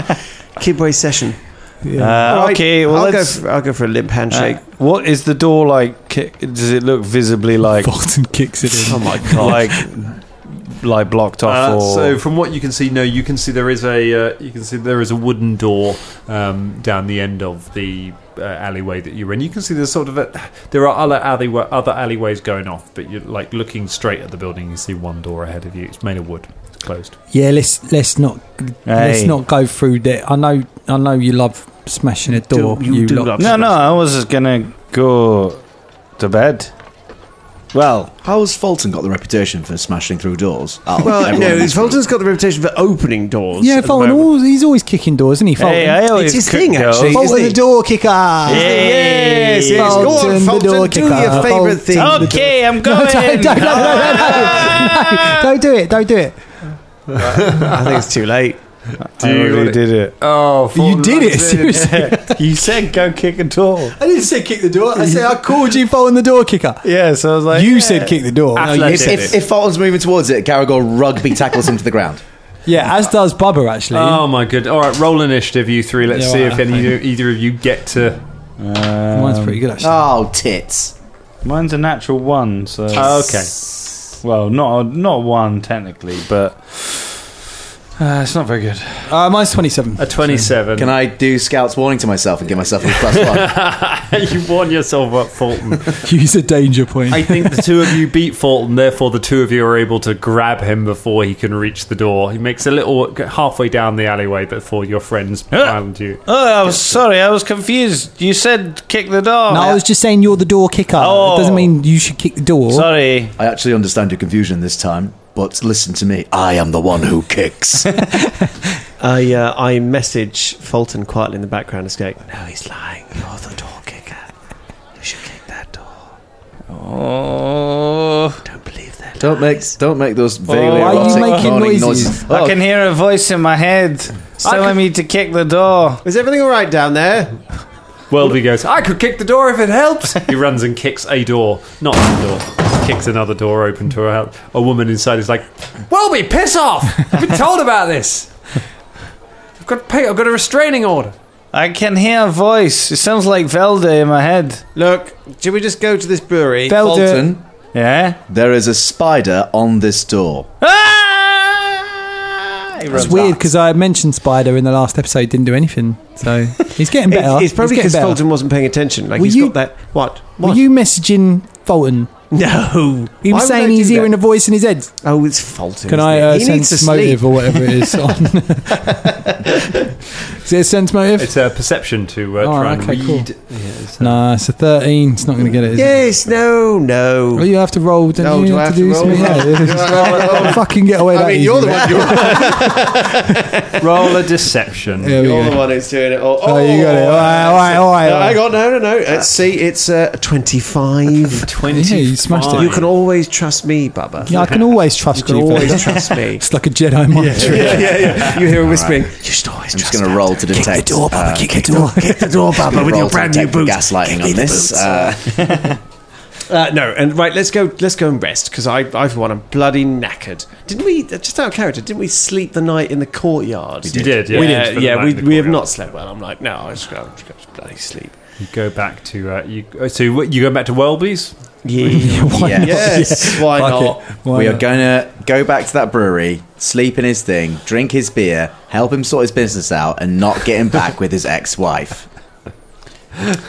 [SPEAKER 6] Kibway session.
[SPEAKER 5] then- Uh,
[SPEAKER 6] All right,
[SPEAKER 5] okay, well,
[SPEAKER 6] I'll go.
[SPEAKER 5] let's.
[SPEAKER 6] For, I'll go for a limp handshake.
[SPEAKER 5] uh, what is the door like? Ki- Does it look visibly like
[SPEAKER 8] Bolton kicks it in.
[SPEAKER 5] oh my god, like like blocked off?
[SPEAKER 7] Uh,
[SPEAKER 5] or
[SPEAKER 7] so from what you can see, no, you can see there is a uh, you can see there is a wooden door um, down the end of the uh, alleyway that you're in. You can see there's sort of a, there are other alleyway, other alleyways going off, but you're like looking straight at the building. You see one door ahead of you. It's made of wood. It's closed.
[SPEAKER 8] Yeah, let's let's not let's
[SPEAKER 5] Hey.
[SPEAKER 8] not go through that. I know I know you love smashing a door.
[SPEAKER 6] you do
[SPEAKER 8] lot.
[SPEAKER 6] love-
[SPEAKER 5] no, no, I was just gonna go to bed. Well,
[SPEAKER 10] How's Fulton got the reputation for smashing through doors? Oh,
[SPEAKER 6] well,
[SPEAKER 10] everyone
[SPEAKER 6] no,
[SPEAKER 10] in this room.
[SPEAKER 6] Fulton's got the reputation for opening doors.
[SPEAKER 8] Yeah,
[SPEAKER 6] at the
[SPEAKER 8] Fulton.
[SPEAKER 6] moment.
[SPEAKER 8] Always, he's always kicking doors, isn't he? Fulton,
[SPEAKER 5] hey, I always
[SPEAKER 6] It's his
[SPEAKER 5] could
[SPEAKER 6] thing,
[SPEAKER 5] go.
[SPEAKER 6] actually.
[SPEAKER 8] Fulton
[SPEAKER 6] isn't
[SPEAKER 8] the
[SPEAKER 6] uh, he?
[SPEAKER 8] door kicker.
[SPEAKER 5] Yes, yes,
[SPEAKER 6] go on,
[SPEAKER 8] Fulton,
[SPEAKER 6] Fulton,
[SPEAKER 8] the door
[SPEAKER 6] do
[SPEAKER 8] kicker.
[SPEAKER 6] your favourite thing.
[SPEAKER 8] the door-
[SPEAKER 5] Okay, I'm
[SPEAKER 8] No,
[SPEAKER 5] going.
[SPEAKER 8] don't, don't, no, no, no, no, no, don't do it. Don't do it.
[SPEAKER 6] I think it's too late.
[SPEAKER 5] Dude, did it.
[SPEAKER 7] Oh,
[SPEAKER 8] you did it. Seriously.
[SPEAKER 5] You said go kick a door.
[SPEAKER 8] I didn't say kick the door. I said I called you Fulton the door kicker.
[SPEAKER 5] Yeah, so I was like,
[SPEAKER 8] You
[SPEAKER 5] yeah.
[SPEAKER 8] said kick the door.
[SPEAKER 10] If, if, if Fulton's moving towards it, Garagor rugby tackles him to the ground.
[SPEAKER 8] Yeah, as does Bubba actually.
[SPEAKER 7] Oh my good! All right, roll initiative, you three. Let's
[SPEAKER 8] Yeah,
[SPEAKER 7] see
[SPEAKER 8] all
[SPEAKER 7] if
[SPEAKER 8] right.
[SPEAKER 7] any either of you get to.
[SPEAKER 8] Mine's pretty good actually.
[SPEAKER 10] Oh, tits.
[SPEAKER 5] Mine's a natural one, so Oh,
[SPEAKER 7] okay.
[SPEAKER 5] well, not a, not one technically, but uh, it's not very good.
[SPEAKER 8] Uh, mine's 27.
[SPEAKER 7] A 27.
[SPEAKER 10] Can I do Scout's warning to myself and give myself a plus one?
[SPEAKER 7] you warn yourself up, Fulton.
[SPEAKER 8] Use a danger point.
[SPEAKER 7] I think the two of you beat Fulton, therefore the two of you are able to grab him before he can reach the door. He makes a little halfway down the alleyway before your friends find you.
[SPEAKER 5] Oh, I was sorry, I was confused. You said kick the door.
[SPEAKER 8] no, I was just saying you're the door kicker.
[SPEAKER 5] Oh.
[SPEAKER 8] It doesn't mean you should kick the door.
[SPEAKER 5] sorry.
[SPEAKER 10] I actually understand your confusion this time, but listen to me. I am the one who kicks.
[SPEAKER 6] I uh, I message Fulton quietly in the background, just going, "No, he's lying. You're the door kicker. You should kick that door.
[SPEAKER 5] Oh,
[SPEAKER 6] Don't believe that."
[SPEAKER 10] don't make don't make those vaguely
[SPEAKER 5] why
[SPEAKER 8] Oh, are you
[SPEAKER 10] erotic
[SPEAKER 8] making
[SPEAKER 10] moaning
[SPEAKER 8] noises?
[SPEAKER 5] I
[SPEAKER 10] Oh,
[SPEAKER 5] can hear a voice in my head telling me to kick the door.
[SPEAKER 6] Is everything all right down there?
[SPEAKER 7] Welby goes, I could kick the door if it helps. he runs and kicks a door, not the door. kicks another door open to her. house. A woman inside is like, Welby, piss off! I've been told about this. I've got to pay. I've got a restraining order.
[SPEAKER 5] I can hear a voice. It sounds like Velda in my head.
[SPEAKER 6] Look, should we just go to this brewery?
[SPEAKER 10] Fulton,
[SPEAKER 5] Yeah?
[SPEAKER 10] there is a spider on this door.
[SPEAKER 8] It's weird because I mentioned Spider in the last episode, didn't do anything. So he's getting
[SPEAKER 6] It-
[SPEAKER 8] better.
[SPEAKER 6] it's probably
[SPEAKER 8] He's
[SPEAKER 6] because
[SPEAKER 8] getting better.
[SPEAKER 6] Fulton wasn't paying attention. Like
[SPEAKER 8] Were
[SPEAKER 6] he's
[SPEAKER 8] you-
[SPEAKER 6] got that. What?
[SPEAKER 8] Were
[SPEAKER 6] What?
[SPEAKER 8] you messaging Fulton?
[SPEAKER 6] no.
[SPEAKER 8] He
[SPEAKER 6] Why
[SPEAKER 8] was
[SPEAKER 6] would I
[SPEAKER 8] saying
[SPEAKER 6] do
[SPEAKER 8] he's hearing
[SPEAKER 6] that?
[SPEAKER 8] a voice in his head.
[SPEAKER 6] Oh, it's Fulton.
[SPEAKER 8] Can
[SPEAKER 6] isn't
[SPEAKER 8] I
[SPEAKER 6] it?
[SPEAKER 8] uh,
[SPEAKER 6] He needs to
[SPEAKER 8] sense
[SPEAKER 6] sleep.
[SPEAKER 8] motive or whatever it is on? is it a sense motive?
[SPEAKER 7] It's a perception to uh,
[SPEAKER 8] Oh,
[SPEAKER 7] try and
[SPEAKER 8] okay,
[SPEAKER 7] read.
[SPEAKER 8] cool.
[SPEAKER 7] Yeah, it's, uh,
[SPEAKER 8] Nah, it's a 13. It's not going to get it. Is it?
[SPEAKER 6] Yes. No. No.
[SPEAKER 8] Well, you have to roll, don't
[SPEAKER 10] Oh,
[SPEAKER 8] you?
[SPEAKER 10] do
[SPEAKER 8] to
[SPEAKER 10] I have
[SPEAKER 8] do
[SPEAKER 10] to roll?
[SPEAKER 8] something? Yeah, yeah, just fucking get away. that easy, mate.
[SPEAKER 7] Roll a deception.
[SPEAKER 8] There we
[SPEAKER 6] You're the
[SPEAKER 8] go.
[SPEAKER 6] one who's doing it. all.
[SPEAKER 8] Oh, you got it. All right, all right,
[SPEAKER 6] Oh,
[SPEAKER 8] all right.
[SPEAKER 6] No,
[SPEAKER 8] all
[SPEAKER 6] hang
[SPEAKER 8] right.
[SPEAKER 6] on, no, no, no. Let's see, it's uh, 25.
[SPEAKER 8] Yeah, you smashed it.
[SPEAKER 6] you can always trust me, Bubba.
[SPEAKER 8] Yeah, I can always
[SPEAKER 6] you
[SPEAKER 8] trust
[SPEAKER 6] can
[SPEAKER 8] you.
[SPEAKER 6] always
[SPEAKER 8] Phil.
[SPEAKER 6] trust me.
[SPEAKER 8] It's like a Jedi mantra.
[SPEAKER 6] yeah, yeah, yeah. You hear him whispering, you should always
[SPEAKER 10] I'm just going
[SPEAKER 6] trust
[SPEAKER 10] to
[SPEAKER 6] Dad."
[SPEAKER 10] roll to detect.
[SPEAKER 6] Kick the door, Bubba,
[SPEAKER 10] uh,
[SPEAKER 6] kick the door, kick the door, Bubba, with
[SPEAKER 10] roll
[SPEAKER 6] your
[SPEAKER 10] to
[SPEAKER 6] brand new
[SPEAKER 10] detect the
[SPEAKER 6] boots.
[SPEAKER 10] Gaslighting
[SPEAKER 6] Kick
[SPEAKER 10] on
[SPEAKER 6] the
[SPEAKER 10] this.
[SPEAKER 6] boots.
[SPEAKER 10] Uh,
[SPEAKER 6] Uh, no, and right, let's go. Let's go and rest because I, I for one, am bloody knackered. Didn't we uh, just out of character? Didn't we sleep the night in the courtyard? We
[SPEAKER 7] did. did, yeah.
[SPEAKER 6] we
[SPEAKER 7] We did for
[SPEAKER 6] did.
[SPEAKER 7] the
[SPEAKER 6] Yeah,
[SPEAKER 7] night
[SPEAKER 6] we,
[SPEAKER 7] in the
[SPEAKER 6] we have
[SPEAKER 7] courtyard.
[SPEAKER 6] not slept well. I'm like, no, I just, I'm just gonna bloody sleep.
[SPEAKER 7] You go back to uh, you. uh, So what, you go back to Welby's.
[SPEAKER 6] Yeah.
[SPEAKER 8] Why
[SPEAKER 10] Yeah.
[SPEAKER 8] not?
[SPEAKER 6] yes. Why
[SPEAKER 8] Fuck
[SPEAKER 6] not?
[SPEAKER 8] it. Why
[SPEAKER 10] we are
[SPEAKER 8] not?
[SPEAKER 10] going to go back to that brewery, sleep in his thing, drink his beer, help him sort his business out, and not get him back with his ex-wife.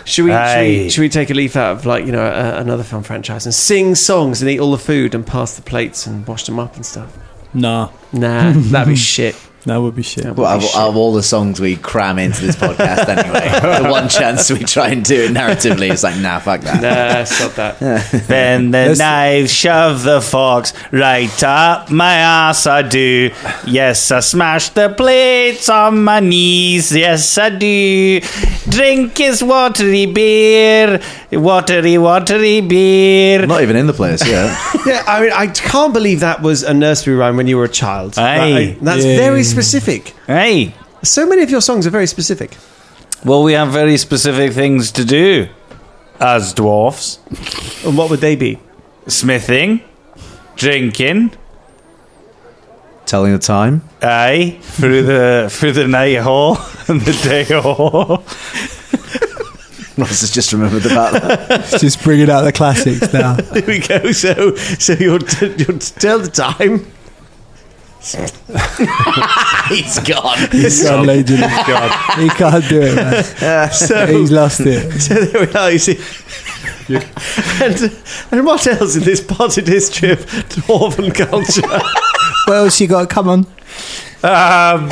[SPEAKER 6] Should we, should we
[SPEAKER 5] Aye.
[SPEAKER 6] should we take a leaf out of like you know a, another film franchise and sing songs and eat all the food and pass the plates and wash them up and stuff?
[SPEAKER 8] Nah,
[SPEAKER 6] Nah, that'd be shit.
[SPEAKER 8] that would be shit.
[SPEAKER 6] That would
[SPEAKER 10] Well,
[SPEAKER 6] be
[SPEAKER 10] out of,
[SPEAKER 6] shit.
[SPEAKER 10] out of all the songs we cram into this podcast, anyway, the one chance we try and do it narratively is like, nah, fuck that.
[SPEAKER 6] Nah,
[SPEAKER 5] Uh,
[SPEAKER 6] stop that.
[SPEAKER 5] Bend the knife, shove the forks right up my ass. I do. Yes, I smash the plates on my knees. Yes, I do. Drink his watery beer, watery, watery beer.
[SPEAKER 10] I'm not even in the place, yeah.
[SPEAKER 6] yeah, I mean, I can't believe that was a nursery rhyme when you were a child.
[SPEAKER 5] Aye.
[SPEAKER 6] That- that's
[SPEAKER 8] Yeah.
[SPEAKER 6] very specific.
[SPEAKER 5] Hey,
[SPEAKER 6] So many of your songs are very specific.
[SPEAKER 5] well, we have very specific things to do as dwarfs:
[SPEAKER 6] And what would they be?
[SPEAKER 5] smithing, drinking.
[SPEAKER 10] Telling the time.
[SPEAKER 5] Aye, through the through the night hall and the day hall.
[SPEAKER 10] Ross has just remembered about that.
[SPEAKER 8] It's just bringing out the classics now.
[SPEAKER 6] There we go. So, so you'll, t- you'll t- tell the time.
[SPEAKER 10] He's gone.
[SPEAKER 8] He's gone legend. He can't do it, man.
[SPEAKER 6] So,
[SPEAKER 8] He's lost it.
[SPEAKER 6] so there we are. You see. and, and what else in this potted history of dwarven culture?
[SPEAKER 8] What else you got? Come on.
[SPEAKER 5] Um,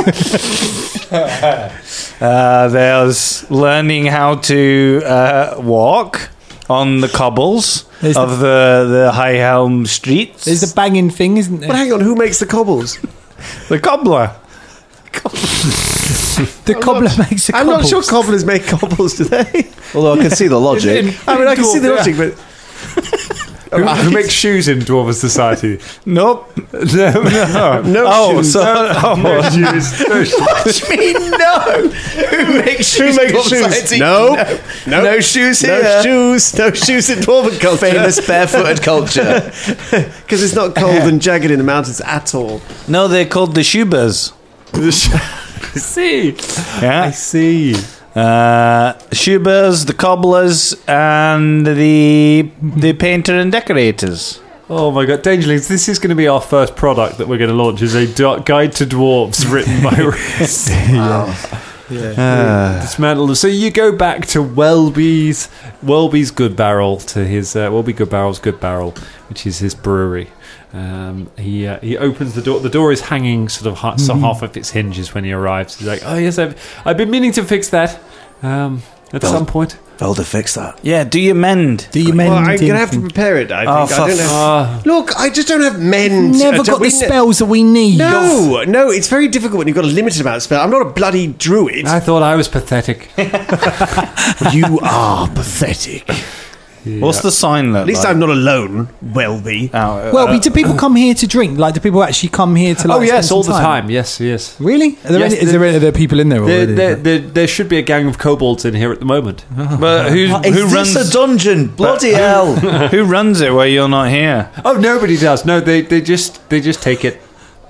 [SPEAKER 5] uh, there's learning how to uh, walk on the cobbles
[SPEAKER 8] Is
[SPEAKER 5] of the, the High Helm streets.
[SPEAKER 8] There's a banging thing, isn't
[SPEAKER 6] But
[SPEAKER 8] there?
[SPEAKER 6] hang on, who makes the cobbles?
[SPEAKER 5] the cobbler.
[SPEAKER 8] The cobbler makes a
[SPEAKER 6] I'm
[SPEAKER 8] cobble.
[SPEAKER 6] not sure cobblers make cobbles, do they?
[SPEAKER 10] Although I can see the logic.
[SPEAKER 6] I mean, I can see the logic, but
[SPEAKER 7] Who, who makes shoes in Dwarven society?
[SPEAKER 5] Nope.
[SPEAKER 7] no, no,
[SPEAKER 6] no.
[SPEAKER 5] Oh,
[SPEAKER 6] shoes.
[SPEAKER 5] so
[SPEAKER 7] no shoes. No shoes.
[SPEAKER 10] I mean, no. Who makes shoes?
[SPEAKER 6] makes
[SPEAKER 10] Dwarf
[SPEAKER 6] shoes?
[SPEAKER 10] society?
[SPEAKER 6] No.
[SPEAKER 10] no, no, shoes
[SPEAKER 6] no
[SPEAKER 10] here.
[SPEAKER 6] shoes, no shoes in dwarven culture
[SPEAKER 10] Famous barefooted culture.
[SPEAKER 6] because it's not cold and jagged in the mountains at all.
[SPEAKER 5] No, they're called the Shubas.
[SPEAKER 7] see, I
[SPEAKER 5] Yeah.
[SPEAKER 7] see.
[SPEAKER 5] Uh, Shubas, the cobblers, and the the painter and decorators.
[SPEAKER 7] Oh my god, Dangerlings! This is going to be our first product that we're going to launch is a du- guide to dwarves written by Rhys. Dismantle them. So you go back to Welby's, Welby's Good Barrel to his uh, Welby Good Barrel's Good Barrel, which is his brewery. Um, he uh, he opens the door. The door is hanging, sort of ha-
[SPEAKER 5] Mm-hmm.
[SPEAKER 7] so half of its hinges when he arrives. He's like, "Oh yes, I've I've been meaning to fix that um, at some point."
[SPEAKER 10] Velda, fix that.
[SPEAKER 5] Yeah, do you mend?
[SPEAKER 8] Do you mend
[SPEAKER 6] Well, I'm gonna have to
[SPEAKER 8] anything?
[SPEAKER 6] prepare it. I
[SPEAKER 5] Oh,
[SPEAKER 6] think I don't
[SPEAKER 5] for
[SPEAKER 6] have.
[SPEAKER 7] Ah,
[SPEAKER 6] Look, I just don't have men.
[SPEAKER 8] Never
[SPEAKER 6] I don't-
[SPEAKER 8] got
[SPEAKER 6] we
[SPEAKER 8] the
[SPEAKER 6] ne-
[SPEAKER 8] spells that we need.
[SPEAKER 6] No, no, it's very difficult when you've got a limited amount of spell. I'm not a bloody druid.
[SPEAKER 7] I thought I was pathetic.
[SPEAKER 6] you are pathetic.
[SPEAKER 5] What's the sign look
[SPEAKER 6] At least I'm not alone, Welby.
[SPEAKER 8] Well, do
[SPEAKER 6] uh,
[SPEAKER 8] people come here to drink? Like, do people actually come here to? Like,
[SPEAKER 7] oh yes,
[SPEAKER 8] spend
[SPEAKER 7] all the
[SPEAKER 8] some
[SPEAKER 7] time. Yes, yes.
[SPEAKER 8] Really? Are there
[SPEAKER 7] Yes,
[SPEAKER 8] any, is
[SPEAKER 7] the-
[SPEAKER 8] there, are there people in there
[SPEAKER 7] There,
[SPEAKER 8] already?
[SPEAKER 7] there, there, there should be a gang of kobolds in here at the moment.
[SPEAKER 5] But who, who runs
[SPEAKER 10] dungeon? Bloody hell!
[SPEAKER 5] who runs it where you're not here?
[SPEAKER 7] Oh, nobody does. No, they, they just they just take it.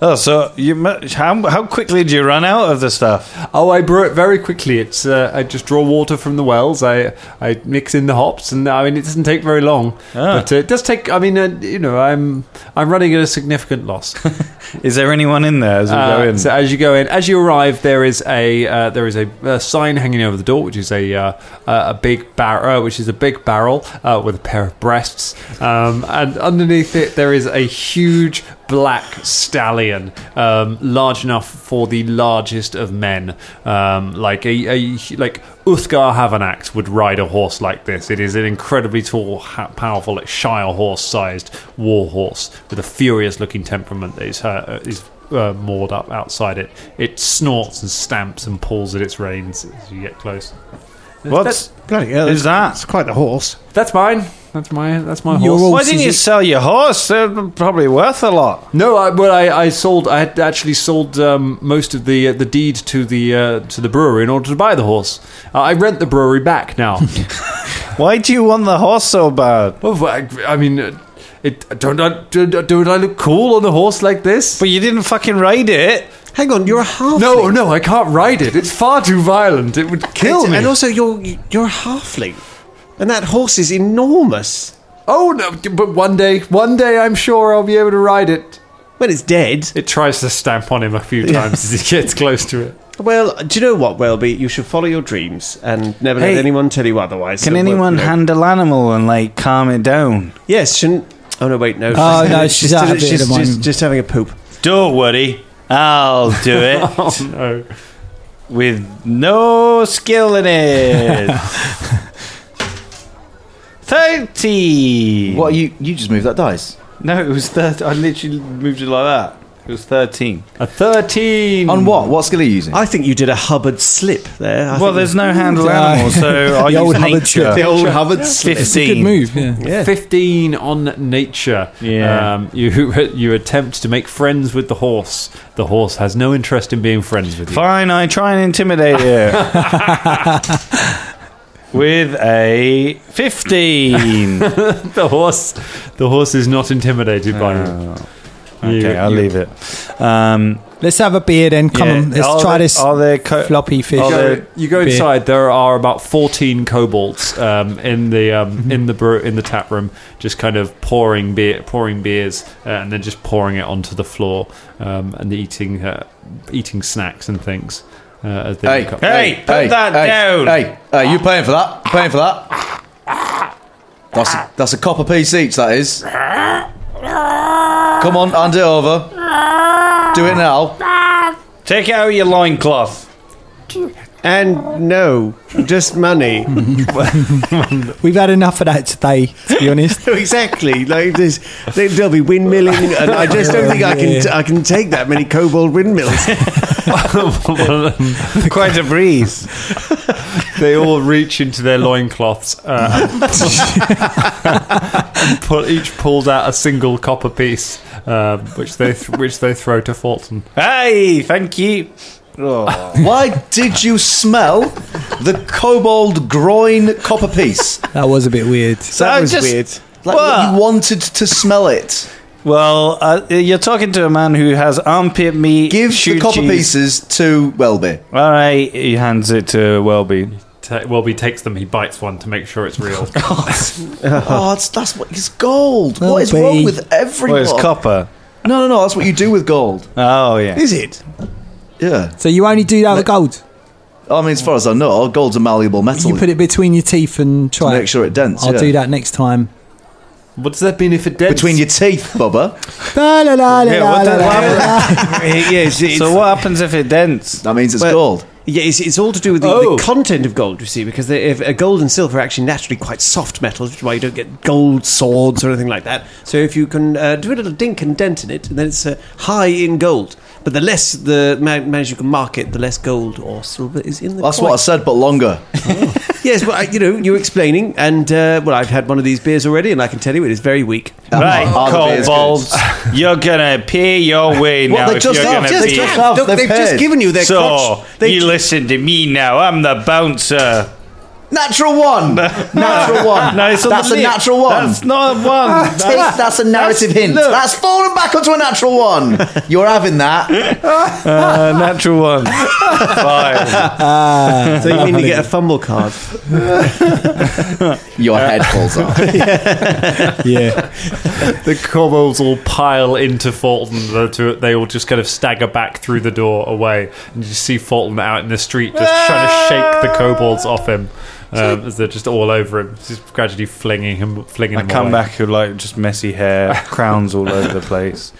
[SPEAKER 5] Oh, so you mu- how how quickly do you run out of the stuff?
[SPEAKER 7] Oh, I brew it very quickly. It's uh, I just draw water from the wells. I I mix in the hops, and I mean it doesn't take very long. But uh, it does take. I mean, uh, you know, I'm I'm running at a significant loss.
[SPEAKER 5] Is there anyone in there as we
[SPEAKER 7] Uh,
[SPEAKER 5] go in?
[SPEAKER 7] So as you go in, as you arrive, there is a uh, there is a, a sign hanging over the door, which is a uh, a big barrel, which is a big barrel uh, with a pair of breasts, um, and underneath it there is a huge black stallion, um, large enough for the largest of men, um, like a, a like. Uthgar Havanax would ride a horse like this. It is an incredibly tall, ha- powerful, like Shire horse-sized war horse with a furious-looking temperament that is, uh, is uh, moored up outside it. It snorts and stamps and pulls at its reins as you get close.
[SPEAKER 5] What's
[SPEAKER 6] Bloody hell.
[SPEAKER 5] is that?
[SPEAKER 6] That's quite the horse.
[SPEAKER 7] That's mine. That's my. That's my
[SPEAKER 8] You're
[SPEAKER 7] horse.
[SPEAKER 8] all-
[SPEAKER 5] Why didn't you
[SPEAKER 8] is
[SPEAKER 5] sell your horse? They're probably worth a lot.
[SPEAKER 7] No, I, well, I, I sold. I had actually sold um, most of the uh, the deed to the uh, to the brewery in order to buy the horse. Uh, I rent the brewery back now.
[SPEAKER 5] Why do you want the horse so bad?
[SPEAKER 7] well, I, I mean, uh, it don't I don't, don't I look cool on a horse like this?
[SPEAKER 5] But you didn't fucking ride it.
[SPEAKER 6] Hang on, you're a halfling.
[SPEAKER 7] no, no, I can't ride it. It's far too violent. It would kill
[SPEAKER 6] It's-
[SPEAKER 7] me.
[SPEAKER 6] And also, you're you're a halfling, and that horse is enormous.
[SPEAKER 7] oh no! But one day, one day, I'm sure I'll be able to ride it.
[SPEAKER 6] When it's dead.
[SPEAKER 7] It tries to stamp on him a few times as he gets close to it.
[SPEAKER 6] Well, do you know what, Welby? You should follow your dreams and never
[SPEAKER 5] Hey,
[SPEAKER 6] let anyone tell you otherwise.
[SPEAKER 5] Can
[SPEAKER 6] So,
[SPEAKER 5] anyone
[SPEAKER 6] you know-
[SPEAKER 5] handle animal and like calm it down?
[SPEAKER 6] Yes, shouldn't. Oh no, wait, no.
[SPEAKER 8] Oh, no, she's out of it at
[SPEAKER 6] she's,
[SPEAKER 8] the moment.
[SPEAKER 6] just, just having a poop.
[SPEAKER 5] Don't worry, I'll do it
[SPEAKER 7] Oh no!
[SPEAKER 5] with no skill in it. Thirty.
[SPEAKER 10] what you you just moved that dice
[SPEAKER 5] No, it was thirty. I literally moved it like that. It was thirteen.
[SPEAKER 7] A thirteen
[SPEAKER 10] on what? What skill are you using?
[SPEAKER 6] I think you did a Hubbard slip there. I
[SPEAKER 5] well,
[SPEAKER 6] think-
[SPEAKER 5] there's no handle animal, so I
[SPEAKER 8] The old
[SPEAKER 5] use
[SPEAKER 8] Hubbard
[SPEAKER 5] nature.
[SPEAKER 8] slip. The
[SPEAKER 6] old Hubbard
[SPEAKER 8] It's a good
[SPEAKER 5] Fifteen.
[SPEAKER 8] move. Yeah.
[SPEAKER 6] Yeah.
[SPEAKER 7] fifteen on nature.
[SPEAKER 5] Yeah.
[SPEAKER 7] Um, you you attempt to make friends with the horse. The horse has no interest in being friends with you.
[SPEAKER 5] Fine, I try and intimidate it with a fifteen.
[SPEAKER 7] The horse, the horse is not intimidated by you.
[SPEAKER 5] Oh. okay,
[SPEAKER 7] You-
[SPEAKER 5] I'll
[SPEAKER 7] you-
[SPEAKER 5] leave it. Um,
[SPEAKER 8] Let's have a beer then. Come
[SPEAKER 5] yeah.
[SPEAKER 8] on, let's
[SPEAKER 5] Are
[SPEAKER 8] try
[SPEAKER 5] there-
[SPEAKER 8] this
[SPEAKER 5] Are there co-
[SPEAKER 8] floppy fish.
[SPEAKER 5] are there-
[SPEAKER 7] Go- you go
[SPEAKER 8] Beer.
[SPEAKER 7] inside. There are about fourteen kobolds um, in the um, in the brew, in the tap room, just kind of pouring beer, pouring beers, uh, and then just pouring it onto the floor um, and eating uh, eating snacks and things. Uh, as they
[SPEAKER 10] Hey,
[SPEAKER 7] wake up.
[SPEAKER 5] Hey, put that
[SPEAKER 10] hey,
[SPEAKER 5] down.
[SPEAKER 10] Hey, hey, you paying for that? Paying for that? That's a, that's a copper piece each. That is. Come on, hand it over. Do it now.
[SPEAKER 5] Take out your loincloth.
[SPEAKER 6] And no, just money.
[SPEAKER 8] We've had enough of that today. To be honest,
[SPEAKER 6] exactly. Like there's, there'll be windmilling, and I just don't think I can I can take that many cobalt windmills.
[SPEAKER 5] Quite a breeze.
[SPEAKER 7] they all reach into their loincloths uh, and, and pull, each pulls out a single copper piece, um, which they th- which they throw to Fulton.
[SPEAKER 5] hey, thank you. Oh.
[SPEAKER 10] Why did you smell the kobold groin copper piece?
[SPEAKER 8] that was a bit weird.
[SPEAKER 5] I
[SPEAKER 6] That was
[SPEAKER 5] just-
[SPEAKER 6] weird.
[SPEAKER 10] Like
[SPEAKER 5] What?
[SPEAKER 10] you wanted to smell it.
[SPEAKER 5] Well, uh, you're talking to a man who has armpit meat.
[SPEAKER 10] Give
[SPEAKER 5] shoe
[SPEAKER 10] the copper
[SPEAKER 5] cheese.
[SPEAKER 10] pieces to Welby.
[SPEAKER 5] All right, he hands it to Welby.
[SPEAKER 7] Ta- Welby takes them. He bites one to make sure it's real.
[SPEAKER 10] Oh, that's, that's what it's gold. what is
[SPEAKER 8] Welby.
[SPEAKER 10] wrong with everyone?
[SPEAKER 5] Where's Oh, copper?
[SPEAKER 10] no, no, no. That's what you do with gold.
[SPEAKER 5] Oh yeah.
[SPEAKER 6] Is it?
[SPEAKER 10] Yeah.
[SPEAKER 8] So you only do that with gold.
[SPEAKER 10] I mean, as far as I know, gold's a malleable metal.
[SPEAKER 8] You put it between your teeth and
[SPEAKER 10] to
[SPEAKER 8] try.
[SPEAKER 10] make
[SPEAKER 8] it.
[SPEAKER 10] sure it dents.
[SPEAKER 8] I'll
[SPEAKER 10] yeah.
[SPEAKER 8] do that next time.
[SPEAKER 7] what does that mean if it dents?
[SPEAKER 10] between your teeth, Bubba.
[SPEAKER 8] La, la, la, la,
[SPEAKER 5] Yeah, what
[SPEAKER 8] la, la,
[SPEAKER 5] the- what
[SPEAKER 8] la.
[SPEAKER 5] happened- so what happens if it dents?
[SPEAKER 10] That means it's
[SPEAKER 6] Well-
[SPEAKER 10] gold.
[SPEAKER 6] Yeah, it's, it's all to do with the,
[SPEAKER 7] Oh.
[SPEAKER 6] the content of gold, you see, because they, if, uh, gold and silver are actually naturally quite soft metals, which is why you don't get gold swords or anything like that. So if you can uh, do a little dink and dent in it, then it's uh, high in gold, But the less the ma- manage you can market, the less gold or silver is in the.
[SPEAKER 10] That's
[SPEAKER 6] coin.
[SPEAKER 10] what I said, but longer.
[SPEAKER 6] Yes, well, I- you know, you're explaining, and uh, well, I've had one of these beers already, and I can tell you it is very weak.
[SPEAKER 5] Right,
[SPEAKER 10] Are the beers
[SPEAKER 5] kobolds, you're gonna pay your way now
[SPEAKER 10] they
[SPEAKER 5] if
[SPEAKER 10] just
[SPEAKER 5] you're
[SPEAKER 10] have-
[SPEAKER 5] gonna
[SPEAKER 10] just
[SPEAKER 5] be.
[SPEAKER 10] have- Look, they've
[SPEAKER 6] they've just
[SPEAKER 10] paid.
[SPEAKER 6] given you their
[SPEAKER 5] so
[SPEAKER 6] crotch. They
[SPEAKER 5] you listen to me now. I'm the bouncer.
[SPEAKER 10] Natural one. Natural one.
[SPEAKER 5] No, it's on
[SPEAKER 10] that's
[SPEAKER 5] the
[SPEAKER 10] a
[SPEAKER 5] lip.
[SPEAKER 10] natural one.
[SPEAKER 5] That's not one. That's-
[SPEAKER 10] Take- that's, a narrative hint.
[SPEAKER 5] look.
[SPEAKER 10] That's fallen back onto a natural one. You're having that.
[SPEAKER 5] a Uh, natural one. Fine.
[SPEAKER 6] so you mean you get a fumble card?
[SPEAKER 10] Your head falls off.
[SPEAKER 8] Yeah.
[SPEAKER 7] The kobolds all pile into Fulton. The two- They all just kind of stagger back through the door away. And you see Fulton out in the street just trying to shake the kobolds off him. Um, as they're just all over him, just gradually flinging him, flinging
[SPEAKER 5] I
[SPEAKER 7] him
[SPEAKER 5] come
[SPEAKER 7] away.
[SPEAKER 5] back with like just messy hair, crowns all over the place.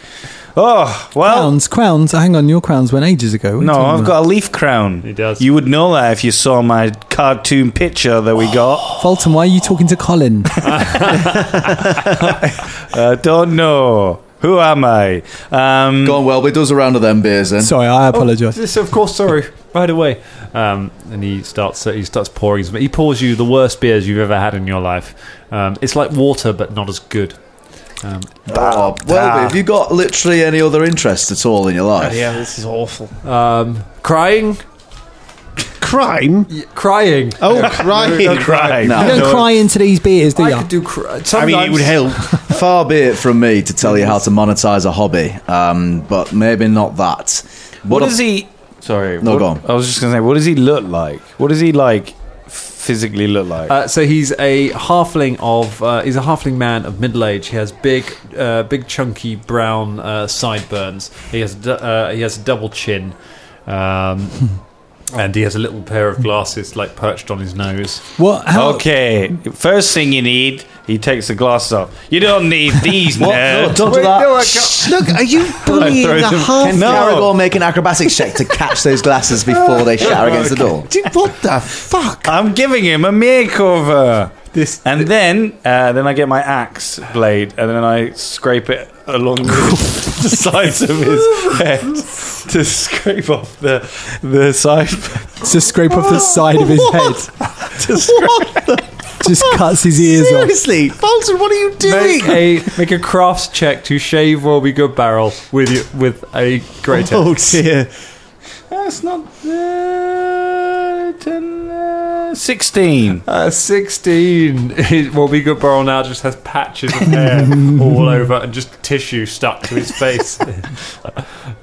[SPEAKER 5] Oh well,
[SPEAKER 8] Crowns, crowns. Hang on, your crowns went ages ago. What are you
[SPEAKER 5] no,
[SPEAKER 8] talking
[SPEAKER 5] I've
[SPEAKER 8] about?
[SPEAKER 5] got a leaf crown.
[SPEAKER 7] He does.
[SPEAKER 5] You would know that if you saw my cartoon picture that we got.
[SPEAKER 8] Fulton, why are you talking to Colin?
[SPEAKER 5] I don't know. Who am I? Um,
[SPEAKER 10] Gone well, but it does a round of them beers then.
[SPEAKER 8] Sorry, I apologise.
[SPEAKER 7] This, of course, sorry, right away. Um, and he starts he starts pouring some. He pours you the worst beers you've ever had in your life. Um, it's like water, but not as good.
[SPEAKER 10] Bob, well, have you got literally any other interest at all in your life?
[SPEAKER 6] Yeah, this is awful.
[SPEAKER 7] Um, crying,
[SPEAKER 6] Crime?
[SPEAKER 7] crying.
[SPEAKER 6] Oh, crime!
[SPEAKER 5] cry.
[SPEAKER 10] No.
[SPEAKER 8] You don't cry into these beers, do
[SPEAKER 7] I
[SPEAKER 8] you?
[SPEAKER 7] could do. Cry-
[SPEAKER 10] I
[SPEAKER 7] sometimes
[SPEAKER 10] mean, it would help. Far be it from me to tell you how to monetize a hobby, um, but maybe not that. What,
[SPEAKER 5] What
[SPEAKER 10] a-
[SPEAKER 5] is he? Sorry.
[SPEAKER 10] No,
[SPEAKER 5] what-
[SPEAKER 10] go on.
[SPEAKER 5] I was just gonna say, what does he look like? What does he like physically look like?
[SPEAKER 7] Uh, so he's a halfling of uh, he's a halfling man of middle age. He has big, uh, big chunky brown uh, sideburns. He has du- uh, he has a double chin, um, and he has a little pair of glasses like perched on his nose.
[SPEAKER 8] What? How,
[SPEAKER 10] oh.
[SPEAKER 5] okay. First thing you need, he takes the glasses off. You don't need these
[SPEAKER 10] What?
[SPEAKER 5] now.
[SPEAKER 10] No, don't do that.
[SPEAKER 6] Look, are you bullying
[SPEAKER 5] throw
[SPEAKER 6] the
[SPEAKER 5] them-
[SPEAKER 6] half?
[SPEAKER 10] Can Caragor make an acrobatics check to catch those glasses before they shatter against the door?
[SPEAKER 6] Dude, what the fuck?
[SPEAKER 5] I'm giving him a makeover. and then, uh, then I get my axe blade, and then I scrape it along the, the sides of his head to scrape off the the side.
[SPEAKER 8] to scrape off the side of his head. Just cuts his ears off.
[SPEAKER 6] Seriously, Fulton, what are you doing?
[SPEAKER 7] Make a make a crafts check to shave while we go barrel with you with a great axe.
[SPEAKER 6] Oh dear.
[SPEAKER 5] That's not uh, 10, uh, sixteen.
[SPEAKER 7] Uh, 16. well, we good barrel now just has patches of hair all over and just tissue stuck to his face.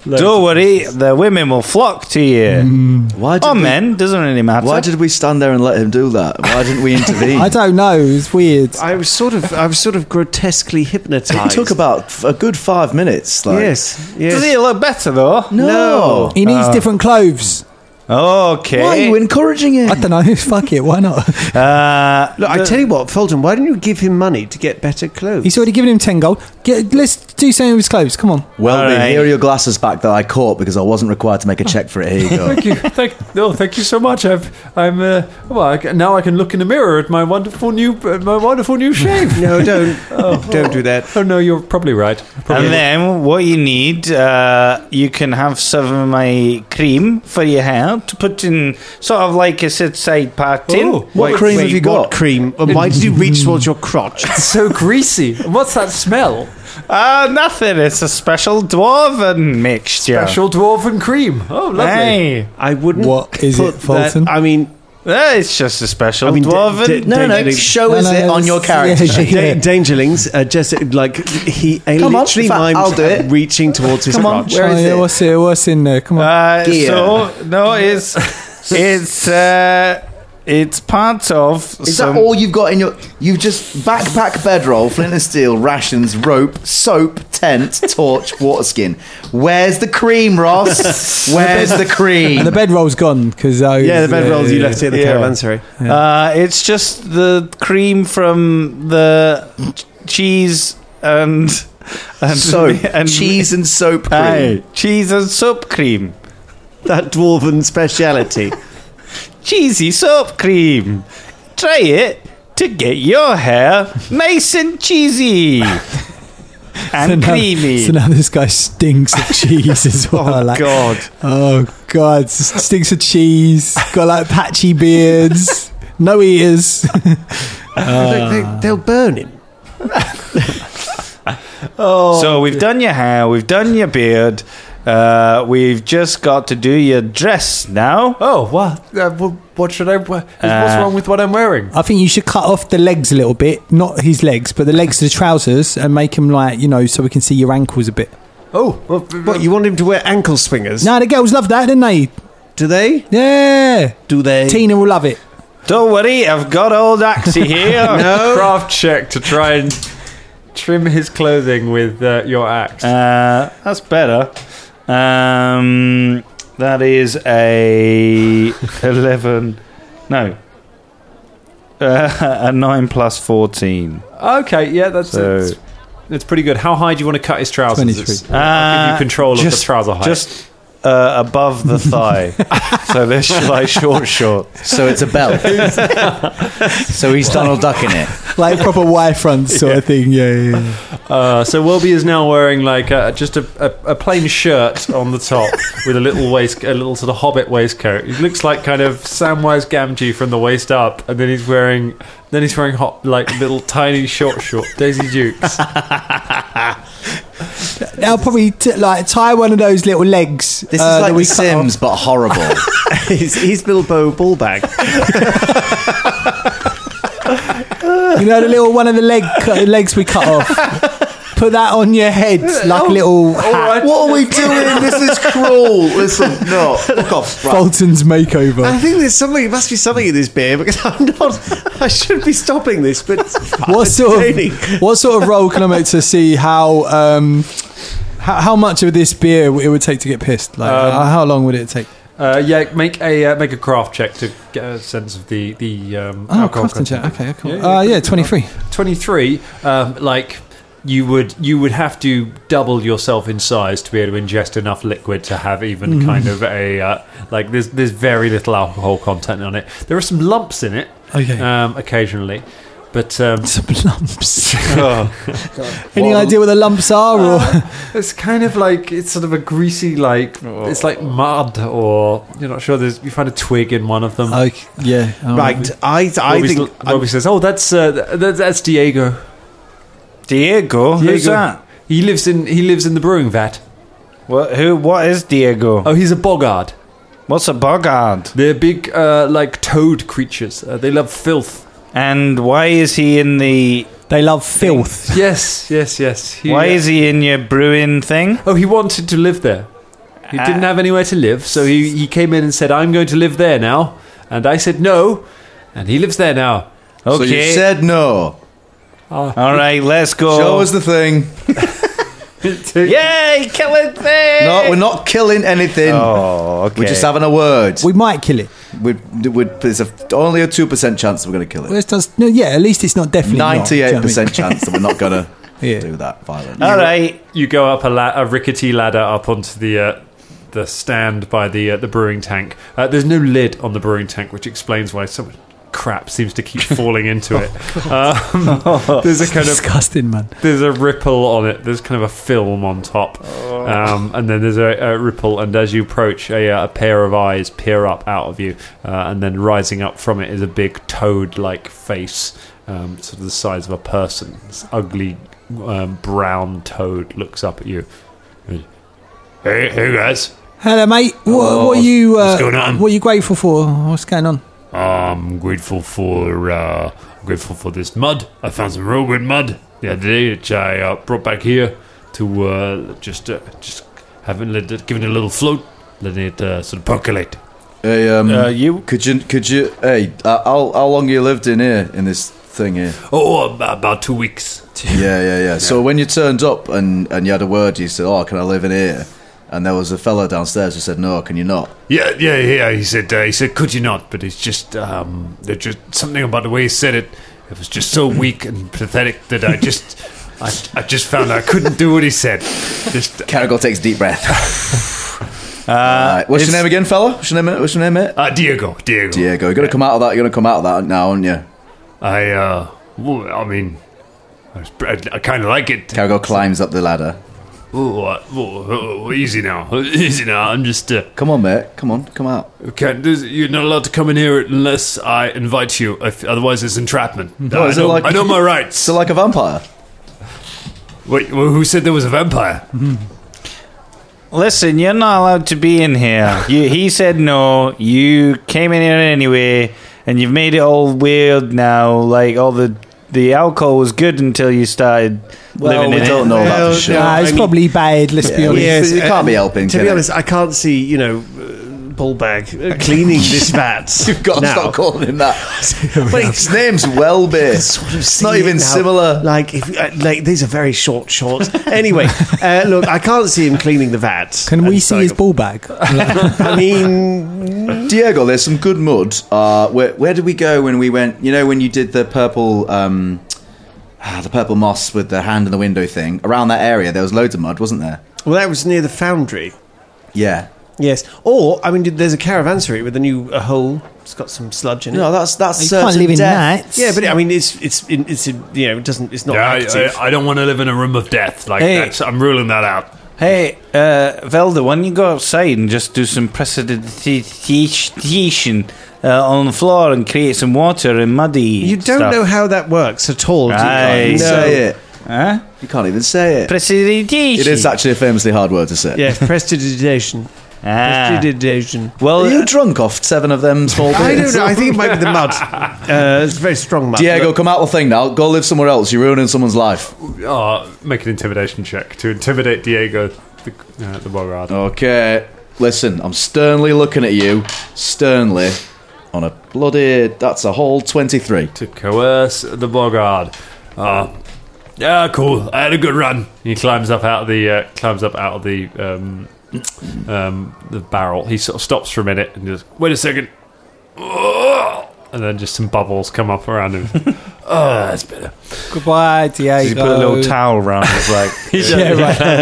[SPEAKER 5] Don't worry, the women will flock to you.
[SPEAKER 10] Why
[SPEAKER 5] Or
[SPEAKER 10] did, we,
[SPEAKER 5] men, doesn't really matter.
[SPEAKER 10] why did we stand there and let him do that? Why didn't we intervene?
[SPEAKER 8] I don't know. It's weird.
[SPEAKER 6] I was sort of, I was sort of grotesquely
[SPEAKER 10] it
[SPEAKER 6] hypnotized.
[SPEAKER 10] took about f- a good five minutes. Like,
[SPEAKER 6] yes,
[SPEAKER 5] Does
[SPEAKER 6] yes.
[SPEAKER 5] he look better though?
[SPEAKER 10] No.
[SPEAKER 8] He needs different clothes.
[SPEAKER 5] Okay.
[SPEAKER 10] Why are you encouraging him?
[SPEAKER 8] I don't know. Fuck it. Why not?
[SPEAKER 5] uh,
[SPEAKER 6] Look, I tell you what, Fulton, why don't you give him money to get better clothes?
[SPEAKER 8] He's already given him ten gold. Get, let's do something with his clothes. Come on.
[SPEAKER 10] Well,
[SPEAKER 5] All
[SPEAKER 10] then,
[SPEAKER 5] right.
[SPEAKER 10] here are your glasses back that I caught because I wasn't required to make a check for it. Here you go.
[SPEAKER 7] Thank you, thank no, thank you so much. I've, I'm, uh, well, I, can- now I can look in the mirror at my wonderful new, at my wonderful new shave.
[SPEAKER 6] no, don't, don't do that.
[SPEAKER 7] oh no, you're probably right. Probably
[SPEAKER 5] And then what you need, uh, you can have some of my cream for your hair to put in sort of like a sit side party.
[SPEAKER 7] Oh,
[SPEAKER 10] What cream have you got?
[SPEAKER 6] What cream? And why did you reach towards your crotch?
[SPEAKER 7] it's so greasy. What's that smell?
[SPEAKER 5] Ah, nothing. It's a special dwarven mixture.
[SPEAKER 7] Special dwarven cream. Oh, lovely.
[SPEAKER 5] Hey,
[SPEAKER 6] I wouldn't.
[SPEAKER 8] What is
[SPEAKER 6] put
[SPEAKER 8] it, Fulton?
[SPEAKER 6] That, I mean,
[SPEAKER 5] Eh, it's just a special
[SPEAKER 6] I mean, d-
[SPEAKER 5] dwarven.
[SPEAKER 6] d-
[SPEAKER 10] No, no, no.
[SPEAKER 6] Dangerlings-
[SPEAKER 10] Show us
[SPEAKER 8] No, no,
[SPEAKER 10] it on
[SPEAKER 8] it's-
[SPEAKER 10] your character
[SPEAKER 8] yeah,
[SPEAKER 10] sheet.
[SPEAKER 8] yeah.
[SPEAKER 6] da- Dangerlings are just like he. I
[SPEAKER 10] Come on,
[SPEAKER 6] literally
[SPEAKER 10] in fact,
[SPEAKER 6] mimed
[SPEAKER 10] I'll do it.
[SPEAKER 6] reaching towards his
[SPEAKER 10] Come on,
[SPEAKER 6] crotch.
[SPEAKER 10] where
[SPEAKER 8] Oh,
[SPEAKER 10] is
[SPEAKER 8] yeah,
[SPEAKER 10] it?
[SPEAKER 8] What's it? What's in there? Come on.
[SPEAKER 5] Uh,
[SPEAKER 10] Gear.
[SPEAKER 5] so no, it's it's uh, it's part of
[SPEAKER 10] Is
[SPEAKER 5] some-
[SPEAKER 10] that all you've got in your? You've just backpack, bedroll, flint and steel, rations, rope, soap, tent, torch, water skin. Where's the cream, Ross? Where's the cream?
[SPEAKER 8] And the bedroll's gone because uh,
[SPEAKER 6] Yeah, the bedrolls you left it at the
[SPEAKER 5] Yeah.
[SPEAKER 6] caravansary.
[SPEAKER 5] Uh, it's just the cream from the ch- cheese and and
[SPEAKER 10] soap,
[SPEAKER 5] and
[SPEAKER 10] cheese, and soap cream.
[SPEAKER 5] Aye, cheese and soap cream,
[SPEAKER 6] That dwarven speciality.
[SPEAKER 5] cheesy soap cream. Try it to get your hair nice and cheesy. and
[SPEAKER 8] now,
[SPEAKER 5] creamy.
[SPEAKER 8] So now this guy stinks of cheese as well.
[SPEAKER 6] Oh,
[SPEAKER 8] like,
[SPEAKER 6] God.
[SPEAKER 8] Oh god, S- stinks of cheese. Got like patchy beards, no ears.
[SPEAKER 6] they, will burn him. Oh.
[SPEAKER 5] So we've done your hair, we've done your beard, uh, we've just got to do your dress now.
[SPEAKER 7] Oh, what? Uh, wh- what should I? wh- is- what's wrong with what I'm wearing?
[SPEAKER 8] I think you should cut off the legs a little bit, not his legs, but the legs of the trousers, and make him like you know, so we can see your ankles a bit.
[SPEAKER 7] Oh, well,
[SPEAKER 6] What, you want him to wear ankle swingers?
[SPEAKER 8] No, the girls love that, didn't they?
[SPEAKER 6] Do they?
[SPEAKER 8] Yeah,
[SPEAKER 6] Do they?
[SPEAKER 8] Tina will love it.
[SPEAKER 5] Don't worry, I've got old Axie here.
[SPEAKER 7] craft check to try and trim his clothing with uh, your axe.
[SPEAKER 5] Uh, that's better. Um, that is a 11. No. Uh, a 9 plus 14.
[SPEAKER 7] okay, yeah, that's
[SPEAKER 5] So-
[SPEAKER 7] it's, it's pretty good. How high do you want to cut his trousers?
[SPEAKER 8] 23.
[SPEAKER 7] It's- I'll give you control of the trouser height.
[SPEAKER 5] Uh, Just uh, above the thigh. so they're sh- like short, short.
[SPEAKER 10] So it's a belt. so he's Donald Duck in it.
[SPEAKER 8] Like proper wire front sort of thing. Yeah, yeah, yeah.
[SPEAKER 7] Uh, so Welby is now wearing like a, just a, a, a plain shirt on the top with a little waist, a little sort of hobbit waistcoat. He looks like kind of Samwise Gamgee from the waist up, and then he's wearing then he's wearing hot like little tiny short short Daisy Dukes.
[SPEAKER 8] They'll probably t- like tie one of those little legs.
[SPEAKER 10] This
[SPEAKER 8] uh,
[SPEAKER 10] is
[SPEAKER 8] that
[SPEAKER 10] like
[SPEAKER 8] we
[SPEAKER 10] The
[SPEAKER 8] cut
[SPEAKER 10] Sims, but horrible.
[SPEAKER 6] he's, he's Bilbo Ballbag.
[SPEAKER 8] off. You know the little one of the leg cu- legs we cut off. Put that on your head like a little hat.
[SPEAKER 10] what are we doing? This is cruel. Listen, no, fuck off.
[SPEAKER 8] oh,
[SPEAKER 10] Right.
[SPEAKER 8] Bolton's
[SPEAKER 6] I
[SPEAKER 8] makeover.
[SPEAKER 6] think there's something. It must be something in this beer because I'm not. I should be stopping this, but
[SPEAKER 8] What
[SPEAKER 6] it's
[SPEAKER 8] sort
[SPEAKER 6] entertaining.
[SPEAKER 8] of what sort of role can I make to see how um how, how much of this beer it would take to get pissed? Like
[SPEAKER 7] Um,
[SPEAKER 8] uh, how long would it take?
[SPEAKER 7] Uh, yeah, make a uh, make a craft check to get a sense of the the um,
[SPEAKER 8] Oh,
[SPEAKER 7] alcohol
[SPEAKER 8] craft and
[SPEAKER 7] content.
[SPEAKER 8] check. Okay, cool.
[SPEAKER 7] Yeah, yeah,
[SPEAKER 8] uh,
[SPEAKER 7] pretty
[SPEAKER 8] yeah,
[SPEAKER 7] good.
[SPEAKER 8] twenty
[SPEAKER 7] 23
[SPEAKER 8] three.
[SPEAKER 7] um, like you would you would have to double yourself in size to be able to ingest enough liquid to have even
[SPEAKER 5] Mm.
[SPEAKER 7] kind of a uh, like there's there's very little alcohol content on it there are some lumps in it
[SPEAKER 8] Okay.
[SPEAKER 7] um, occasionally but um,
[SPEAKER 8] Some lumps. Any idea what the lumps are? Or
[SPEAKER 7] it's kind of like it's sort of a greasy like it's like mud or you're not sure there's you find a twig in one of them
[SPEAKER 8] okay, yeah, oh,
[SPEAKER 6] right. I I
[SPEAKER 7] Robbie's-
[SPEAKER 6] think
[SPEAKER 7] Robbie says oh that's uh, that, that's Diego
[SPEAKER 5] Diego? Who's
[SPEAKER 7] Diego.
[SPEAKER 5] that?
[SPEAKER 7] he lives in he lives in the brewing vat
[SPEAKER 5] What, who, what is Diego?
[SPEAKER 7] oh he's a boggard
[SPEAKER 5] What's a boggard?
[SPEAKER 7] They're big, uh, like toad creatures. Uh, they love filth.
[SPEAKER 5] And why is he in the.
[SPEAKER 8] They love filth.
[SPEAKER 7] Yes, yes, yes. He,
[SPEAKER 5] Why
[SPEAKER 7] uh,
[SPEAKER 5] is he in your brewing thing?
[SPEAKER 7] Oh, he wanted to live there. He
[SPEAKER 5] Ah.
[SPEAKER 7] didn't have anywhere to live, so he, he came in and said, "I'm going to live there now." And I said no, and he lives there now.
[SPEAKER 5] Okay.
[SPEAKER 10] So you said no.
[SPEAKER 5] All right, let's go.
[SPEAKER 10] Show us the thing.
[SPEAKER 5] Yay, killing thing!
[SPEAKER 10] No, we're not killing anything.
[SPEAKER 5] Oh, okay.
[SPEAKER 10] We're just having a word.
[SPEAKER 8] We might kill it.
[SPEAKER 10] We, we, there's a, only a 2% chance that we're going to kill
[SPEAKER 8] Well,
[SPEAKER 10] it.
[SPEAKER 8] it's just- no, yeah, at least it's not definitely not, do you know what
[SPEAKER 10] 98%
[SPEAKER 8] I mean?
[SPEAKER 10] chance that we're not going to
[SPEAKER 8] Yeah.
[SPEAKER 10] do that violently.
[SPEAKER 5] All right.
[SPEAKER 7] You go up a, la- a rickety ladder up onto the uh, the stand by the uh, the brewing tank. Uh, there's no lid on the brewing tank, which explains why so much crap seems to keep falling into it. Um, there's a kind of
[SPEAKER 8] Disgusting, man.
[SPEAKER 7] there's a ripple on it. There's kind of a film on top, um, and then there's a, a ripple. And as you approach, a, uh, a pair of eyes peer up out of you, uh, and then rising up from it is a big toad-like face, um, sort of the size of a person. This ugly um, brown toad looks up at you. Hey, hey guys!
[SPEAKER 8] Hello, mate. What, what are you? Uh,
[SPEAKER 7] what's going on?
[SPEAKER 8] What are you grateful for? What's going on?
[SPEAKER 7] I'm grateful for uh, grateful for this mud. I found some real good mud the other day, which I uh, brought back here to uh, just uh, just having let it, giving it a little float, letting it uh, sort of percolate.
[SPEAKER 10] Hey, um,
[SPEAKER 5] Uh, you-
[SPEAKER 10] could you, could you, hey, uh, how, how long you lived in here, in this thing here?
[SPEAKER 7] Oh, ab- about two weeks.
[SPEAKER 10] Yeah, yeah, yeah. So when you turned up and, and you had a word, you said, "Oh, can I live in here?" And there was a fella downstairs who said, "No, can you not?"
[SPEAKER 7] Yeah, yeah, yeah. He said uh, he said could you not? But it's just um, there's just something about the way he said it. It was just so weak and pathetic that I just. I, I just found I couldn't do what he said. Just
[SPEAKER 10] Caragol takes a deep breath. All right. What's your name again, fella? What's your name? What's your name, mate?
[SPEAKER 7] uh, Diego, Diego,
[SPEAKER 10] Diego. You're gonna come out of that. You're gonna come out of that now, aren't you?
[SPEAKER 7] I, uh, well, I mean,
[SPEAKER 4] I, was- I, kind of like it.
[SPEAKER 10] Caragol climbs up the ladder.
[SPEAKER 4] Ooh, uh, ooh, ooh, easy now, easy now. I'm just. Uh,
[SPEAKER 10] Come on, mate. Come on. Come out.
[SPEAKER 4] can't, there's- you're not allowed to come in here unless I invite you. If, otherwise, it's entrapment.
[SPEAKER 10] Oh,
[SPEAKER 4] I,
[SPEAKER 10] is it
[SPEAKER 4] know,
[SPEAKER 10] like-
[SPEAKER 4] I know my rights.
[SPEAKER 10] So like a vampire.
[SPEAKER 4] Wait, wh- who said there was a vampire?
[SPEAKER 5] Listen, you're not allowed to be in here. You, he said no. You came in here anyway, and you've made it all weird now. Like all the the alcohol was good until you started living
[SPEAKER 10] we
[SPEAKER 5] in
[SPEAKER 10] don't
[SPEAKER 5] it.
[SPEAKER 10] know about
[SPEAKER 6] Well,
[SPEAKER 10] for sure.
[SPEAKER 6] no.
[SPEAKER 8] Nah, it's
[SPEAKER 6] I mean-
[SPEAKER 8] probably bad, let's be
[SPEAKER 10] Yeah,
[SPEAKER 8] honest.
[SPEAKER 10] we-
[SPEAKER 6] Yes,
[SPEAKER 10] it can't be helping,
[SPEAKER 6] To
[SPEAKER 10] can
[SPEAKER 6] be
[SPEAKER 10] it?
[SPEAKER 6] honest, I can't see you know. Uh, Ball bag uh, cleaning this vat.
[SPEAKER 10] You've got to
[SPEAKER 6] now.
[SPEAKER 10] stop calling him that. But his name's Wellbeer. it's not
[SPEAKER 6] see
[SPEAKER 10] even
[SPEAKER 6] it now.
[SPEAKER 10] similar.
[SPEAKER 6] Like, if, uh, like these are very short shorts. Anyway, uh, look, I can't see him cleaning the vat.
[SPEAKER 8] Can we
[SPEAKER 6] And
[SPEAKER 8] see
[SPEAKER 6] so-
[SPEAKER 8] his ball bag?
[SPEAKER 6] I mean,
[SPEAKER 10] Diego, there's some good mud. Uh, where, where did we go when we went? You know, when you did the purple, um, ah, the purple moss with the hand in the window thing. Around that area, there was loads of mud, wasn't there?
[SPEAKER 6] well, that was near the foundry.
[SPEAKER 10] Yeah.
[SPEAKER 6] Yes, or I mean, there's a caravansary with a new a hole. It's got some sludge in it.
[SPEAKER 10] No, that's that's.
[SPEAKER 8] You can't
[SPEAKER 10] certain
[SPEAKER 8] live in
[SPEAKER 10] death.
[SPEAKER 8] that.
[SPEAKER 6] yeah, but I mean, it's it's it's you know, it doesn't it's not
[SPEAKER 4] Yeah, I,
[SPEAKER 6] active.
[SPEAKER 4] I, I don't want to live in a room of death. Like
[SPEAKER 5] Hey.
[SPEAKER 4] that's, I'm ruling that out.
[SPEAKER 5] Hey, uh, Velda, why don't you go outside and just do some precipitation uh, on the floor and create some water and muddy?
[SPEAKER 6] you don't
[SPEAKER 5] stuff.
[SPEAKER 6] know how that works at all. do you?
[SPEAKER 5] Right.
[SPEAKER 6] No.
[SPEAKER 10] Say it.
[SPEAKER 5] Huh?
[SPEAKER 10] You can't even say it.
[SPEAKER 5] Precipitation.
[SPEAKER 10] It is actually a famously hard word to say.
[SPEAKER 6] Yes, prestidigitation.
[SPEAKER 5] Ah.
[SPEAKER 6] Prestidigitation.
[SPEAKER 5] Well,
[SPEAKER 10] Are you drunk off seven of them small
[SPEAKER 6] I don't
[SPEAKER 10] beers?
[SPEAKER 6] know. I think it might be the mud. Uh, it's very strong mud.
[SPEAKER 10] Diego, come out the thing now. Go live somewhere else. You're ruining someone's life.
[SPEAKER 4] Oh, make an intimidation check to intimidate Diego, the, uh, the Bogard.
[SPEAKER 10] Okay. Listen, I'm sternly looking at you. Sternly. On a bloody. That's a whole 23.
[SPEAKER 4] To coerce the Bogard. Uh, yeah, cool. I had a good run. He climbs up out of the uh, climbs up out of the um, um, the barrel. He sort of stops for a minute and just wait a second. Oh! And then just some bubbles come up around him. oh, that's better.
[SPEAKER 8] Goodbye, Diego.
[SPEAKER 5] he put a little towel around his leg.
[SPEAKER 8] Yeah,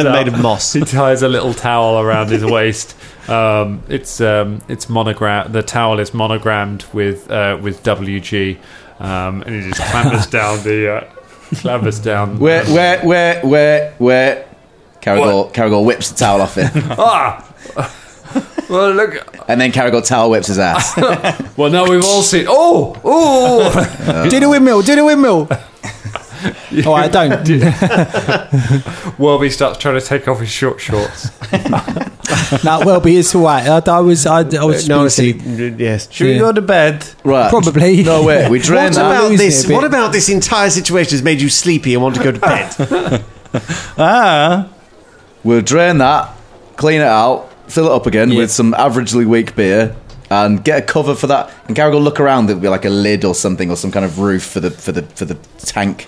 [SPEAKER 8] right.
[SPEAKER 6] made of moss.
[SPEAKER 4] He ties a little towel around his waist. Um, it's um, it's monogram. The towel is monogrammed with uh, with WG, um, and he just clambers down the uh, clambers down.
[SPEAKER 10] Where, where, where, where, where? Caragol, Caragol whips the towel off him.
[SPEAKER 4] Ah. Well, look.
[SPEAKER 10] and then Caragol towel whips his ass.
[SPEAKER 4] Well, now we've all seen. Oh, oh!
[SPEAKER 8] Do the windmill, do the windmill. oh, I don't.
[SPEAKER 4] Welby starts trying to take off his short shorts.
[SPEAKER 8] That well, but it's all right. I, I was, I, I was
[SPEAKER 6] No, honestly,
[SPEAKER 8] speaking.
[SPEAKER 6] yes.
[SPEAKER 5] Should we
[SPEAKER 8] Yeah.
[SPEAKER 5] go to bed?
[SPEAKER 10] Right.
[SPEAKER 8] Probably.
[SPEAKER 10] No, wait. We drain
[SPEAKER 6] What
[SPEAKER 10] that.
[SPEAKER 6] about
[SPEAKER 8] losing it
[SPEAKER 6] this?
[SPEAKER 8] a bit.
[SPEAKER 6] What about this entire situation has made you sleepy and want to go to bed?
[SPEAKER 5] Ah,
[SPEAKER 10] We'll drain that, clean it out, fill it up again with some averagely weak beer, and get a cover for that. And Garrick will look around. There'll be like a lid or something, or some kind of roof for the for the for the tank.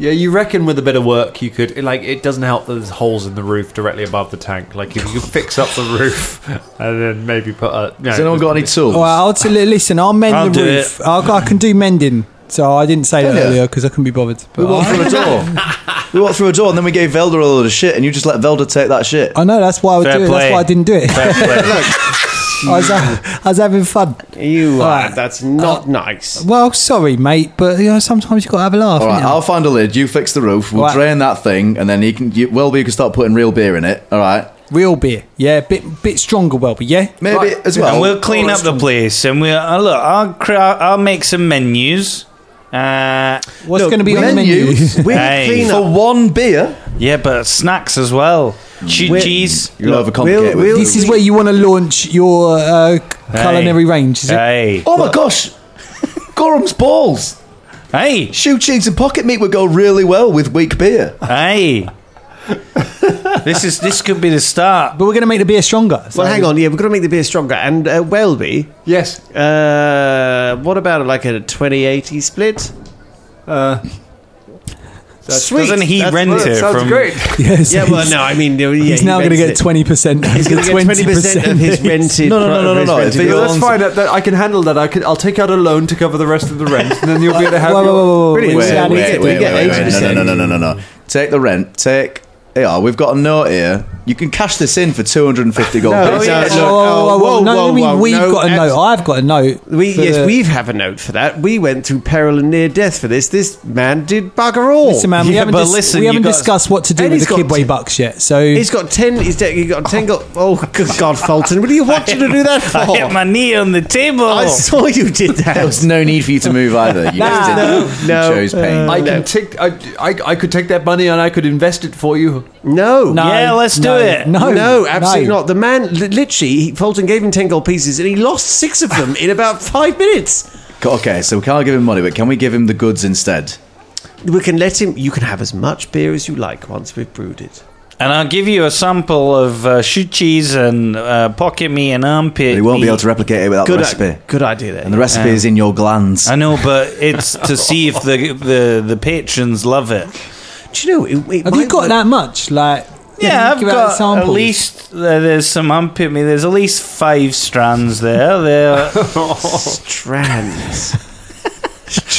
[SPEAKER 4] Yeah, you reckon with a bit of work you could like it doesn't help that there's holes in the roof directly above the tank. Like if you could fix up the roof and then maybe put a you know,
[SPEAKER 10] Has anyone got any tools?
[SPEAKER 8] Well, I'll t- li- listen. I'll mend
[SPEAKER 5] I'll
[SPEAKER 8] the
[SPEAKER 5] do
[SPEAKER 8] roof. I'll, I can do mending. So I didn't say that
[SPEAKER 10] Yeah.
[SPEAKER 8] earlier because I couldn't be bothered.
[SPEAKER 10] we
[SPEAKER 8] But
[SPEAKER 10] walked
[SPEAKER 8] I,
[SPEAKER 10] through a door. we walked through a door, and then we gave Velda a load of shit, and you just let Velda take that shit.
[SPEAKER 8] I know that's why I would
[SPEAKER 5] Fair
[SPEAKER 8] do it.
[SPEAKER 5] play.
[SPEAKER 8] That's why I didn't do it. I, was, ha- I was having fun.
[SPEAKER 6] You
[SPEAKER 8] All
[SPEAKER 6] are.
[SPEAKER 8] right.
[SPEAKER 6] That's not nice.
[SPEAKER 8] Well, sorry, mate, but you know sometimes you got to have a laugh.
[SPEAKER 10] All right,
[SPEAKER 8] innit?
[SPEAKER 10] I'll find a lid. You fix the roof. We'll
[SPEAKER 8] All right.
[SPEAKER 10] drain that thing, and then you can. You, well, you can start putting real beer in it. All right,
[SPEAKER 8] Real beer, yeah, bit bit stronger, well, but yeah.
[SPEAKER 10] maybe as
[SPEAKER 5] and
[SPEAKER 10] well.
[SPEAKER 5] we'll clean up the place, and we'll uh, look. I'll cra- I'll make some menus. Uh,
[SPEAKER 8] What's
[SPEAKER 6] Look,
[SPEAKER 8] going to be on the menu?
[SPEAKER 10] menus.
[SPEAKER 6] We
[SPEAKER 5] Hey.
[SPEAKER 6] clean
[SPEAKER 10] for
[SPEAKER 6] up.
[SPEAKER 10] one beer.
[SPEAKER 5] yeah, but snacks as well.
[SPEAKER 8] Mm.
[SPEAKER 5] Che-
[SPEAKER 6] We're-
[SPEAKER 5] cheese.
[SPEAKER 10] You're
[SPEAKER 6] Look,
[SPEAKER 10] overcomplicated.
[SPEAKER 6] we'll-
[SPEAKER 10] with
[SPEAKER 6] we'll-
[SPEAKER 10] the-
[SPEAKER 8] this is where you want to launch your uh, culinary range, is it?
[SPEAKER 5] Hey,
[SPEAKER 10] Oh my gosh! Gorham's balls!
[SPEAKER 5] hey,
[SPEAKER 10] Shoe cheese and pocket meat would go really well with weak beer.
[SPEAKER 5] hey. this is this could be the start.
[SPEAKER 8] But we're going to make the beer stronger. so-
[SPEAKER 6] Well, hang on. Yeah, we've got to make the beer stronger. And uh, Welby,
[SPEAKER 4] Yes.
[SPEAKER 6] uh, what about like a 2080 split?
[SPEAKER 4] Uh,
[SPEAKER 6] Sweet.
[SPEAKER 5] Doesn't he
[SPEAKER 6] That's-
[SPEAKER 5] rent
[SPEAKER 4] that
[SPEAKER 5] it
[SPEAKER 4] sounds
[SPEAKER 5] from?
[SPEAKER 4] great.
[SPEAKER 8] Yes.
[SPEAKER 6] Yeah, well, no, I mean, yeah,
[SPEAKER 8] He's now going to get twenty percent. He's
[SPEAKER 6] He's going to get twenty percent of his rented.
[SPEAKER 10] No, no, no, no, no,
[SPEAKER 6] his
[SPEAKER 10] no,
[SPEAKER 6] rented
[SPEAKER 10] if he
[SPEAKER 6] bill.
[SPEAKER 10] owns-
[SPEAKER 4] that's fine. That, that- I can handle that. I can, I'll take out a loan to cover the rest of the rent, and then you'll be able to have.
[SPEAKER 8] Whoa, whoa,
[SPEAKER 4] your-
[SPEAKER 8] whoa, whoa, whoa.
[SPEAKER 6] Brilliant.
[SPEAKER 8] Wait,
[SPEAKER 6] Yeah,
[SPEAKER 8] wait,
[SPEAKER 6] we get- we get
[SPEAKER 10] No,
[SPEAKER 6] 80%.
[SPEAKER 10] no, no, no, no, no, no. Take the rent. Take They are. We've got a note here. You can cash this in for 250 gold
[SPEAKER 6] No,
[SPEAKER 10] pieces.
[SPEAKER 6] yeah,
[SPEAKER 10] Look,
[SPEAKER 6] no,
[SPEAKER 8] Oh,
[SPEAKER 6] oh,
[SPEAKER 8] oh,
[SPEAKER 6] whoa,
[SPEAKER 8] no,
[SPEAKER 6] whoa,
[SPEAKER 8] I mean,
[SPEAKER 6] whoa,
[SPEAKER 8] we've
[SPEAKER 6] no,
[SPEAKER 8] got a
[SPEAKER 6] abs-
[SPEAKER 8] note. I've got a note.
[SPEAKER 6] We,
[SPEAKER 8] for
[SPEAKER 6] yes,
[SPEAKER 8] the-
[SPEAKER 6] we've have a note for that. We went through peril and near death for this. This man did bugger all.
[SPEAKER 8] Listen, man, we
[SPEAKER 5] Yeah,
[SPEAKER 8] haven't,
[SPEAKER 5] but
[SPEAKER 8] dis-
[SPEAKER 5] listen,
[SPEAKER 8] we
[SPEAKER 5] you
[SPEAKER 8] haven't
[SPEAKER 5] got-
[SPEAKER 8] discussed what to do
[SPEAKER 6] And
[SPEAKER 8] with the
[SPEAKER 6] he's got
[SPEAKER 8] Kidway
[SPEAKER 6] to-
[SPEAKER 8] bucks yet. So
[SPEAKER 6] He's got ten. He's de- he got ten. Go- oh, good God, Fulton! What are you watching to do that for?
[SPEAKER 5] I hit my knee on the table.
[SPEAKER 6] I saw you did
[SPEAKER 10] There
[SPEAKER 6] that.
[SPEAKER 10] was no need for you to move either. You just did. You
[SPEAKER 6] no,
[SPEAKER 10] chose pain.
[SPEAKER 7] I can take. I, I, I could take that money and I could invest it for you.
[SPEAKER 6] No,
[SPEAKER 8] no,
[SPEAKER 5] Yeah, let's do
[SPEAKER 8] no,
[SPEAKER 5] it.
[SPEAKER 8] No,
[SPEAKER 6] no, absolutely
[SPEAKER 8] no.
[SPEAKER 6] not. The man li- literally he, Fulton gave him ten gold pieces, and he lost six of them in about five minutes.
[SPEAKER 10] Okay, so we can't give him money, but can we give him the goods instead?
[SPEAKER 6] We can let him. You can have as much beer as you like once we've brewed it.
[SPEAKER 5] And I'll give you a sample of uh, shoe cheese and uh, pocket me and armpit.
[SPEAKER 10] He won't be
[SPEAKER 5] meat.
[SPEAKER 10] able to replicate it without
[SPEAKER 6] Good,
[SPEAKER 10] the
[SPEAKER 6] i-
[SPEAKER 10] recipe.
[SPEAKER 6] good idea there.
[SPEAKER 10] And the recipe is in your glands.
[SPEAKER 5] I know, but it's to see if the the, the patrons love it.
[SPEAKER 6] Do you know? It, it
[SPEAKER 8] Have you
[SPEAKER 6] might
[SPEAKER 8] got
[SPEAKER 6] work-
[SPEAKER 8] that much? Like,
[SPEAKER 5] Yeah, I've
[SPEAKER 8] give out
[SPEAKER 5] got at
[SPEAKER 8] samples.
[SPEAKER 5] least uh, there's some armpit me. There's at least five strands there. There
[SPEAKER 6] strands?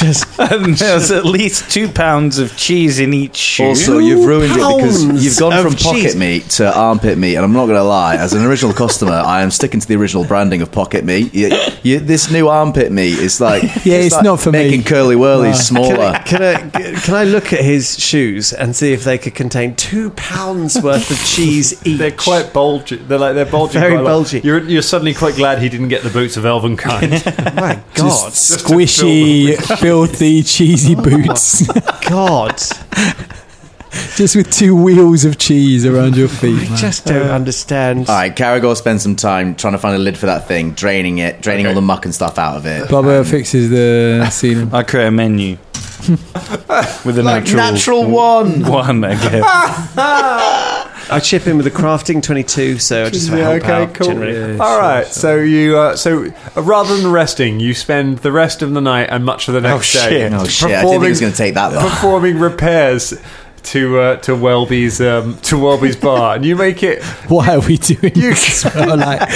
[SPEAKER 5] and there's at least two pounds of cheese in each shoe.
[SPEAKER 10] Also, you've ruined it because
[SPEAKER 6] pounds
[SPEAKER 10] you've gone
[SPEAKER 6] of
[SPEAKER 10] from
[SPEAKER 6] cheese.
[SPEAKER 10] pocket meat to armpit meat, and I'm not going to lie. As an original customer, I am sticking to the original branding of pocket meat. You, you, this new armpit meat is like
[SPEAKER 8] Yeah, it's
[SPEAKER 10] like
[SPEAKER 8] not for me.
[SPEAKER 10] making curly whirlies
[SPEAKER 6] Can
[SPEAKER 10] smaller.
[SPEAKER 6] I, can, I, can I look at his shoes and see if they could contain two pounds worth of cheese each?
[SPEAKER 7] They're quite bulgy. They're like they're bulgy.
[SPEAKER 6] Very
[SPEAKER 7] quite a lot.
[SPEAKER 6] bulgy.
[SPEAKER 7] You're, you're suddenly quite glad he didn't get the boots of elven kind.
[SPEAKER 6] My God,
[SPEAKER 8] Just squishy, filthy, cheesy boots,
[SPEAKER 6] God!
[SPEAKER 8] just with two wheels of cheese around your feet.
[SPEAKER 6] I
[SPEAKER 8] man.
[SPEAKER 6] just don't understand.
[SPEAKER 10] All right, Caragor spends some time trying to find a lid for that thing, draining it, draining all the muck and stuff out of it.
[SPEAKER 8] Bubba fixes the ceiling.
[SPEAKER 5] I create a menu with a
[SPEAKER 10] Like,
[SPEAKER 5] natural,
[SPEAKER 10] natural one.
[SPEAKER 5] one. I guess.
[SPEAKER 6] I chip in with a crafting twenty-two, so I just have a help out generally.
[SPEAKER 7] All right, so you uh, so uh, rather than resting, you spend the rest of the night and much of the next day
[SPEAKER 10] Oh shit! I didn't think it was going to take that long.
[SPEAKER 7] performing repairs to uh, to Welby's um, to Welby's bar, and you make it
[SPEAKER 8] Why are we doing
[SPEAKER 7] You-
[SPEAKER 8] this? Well, like,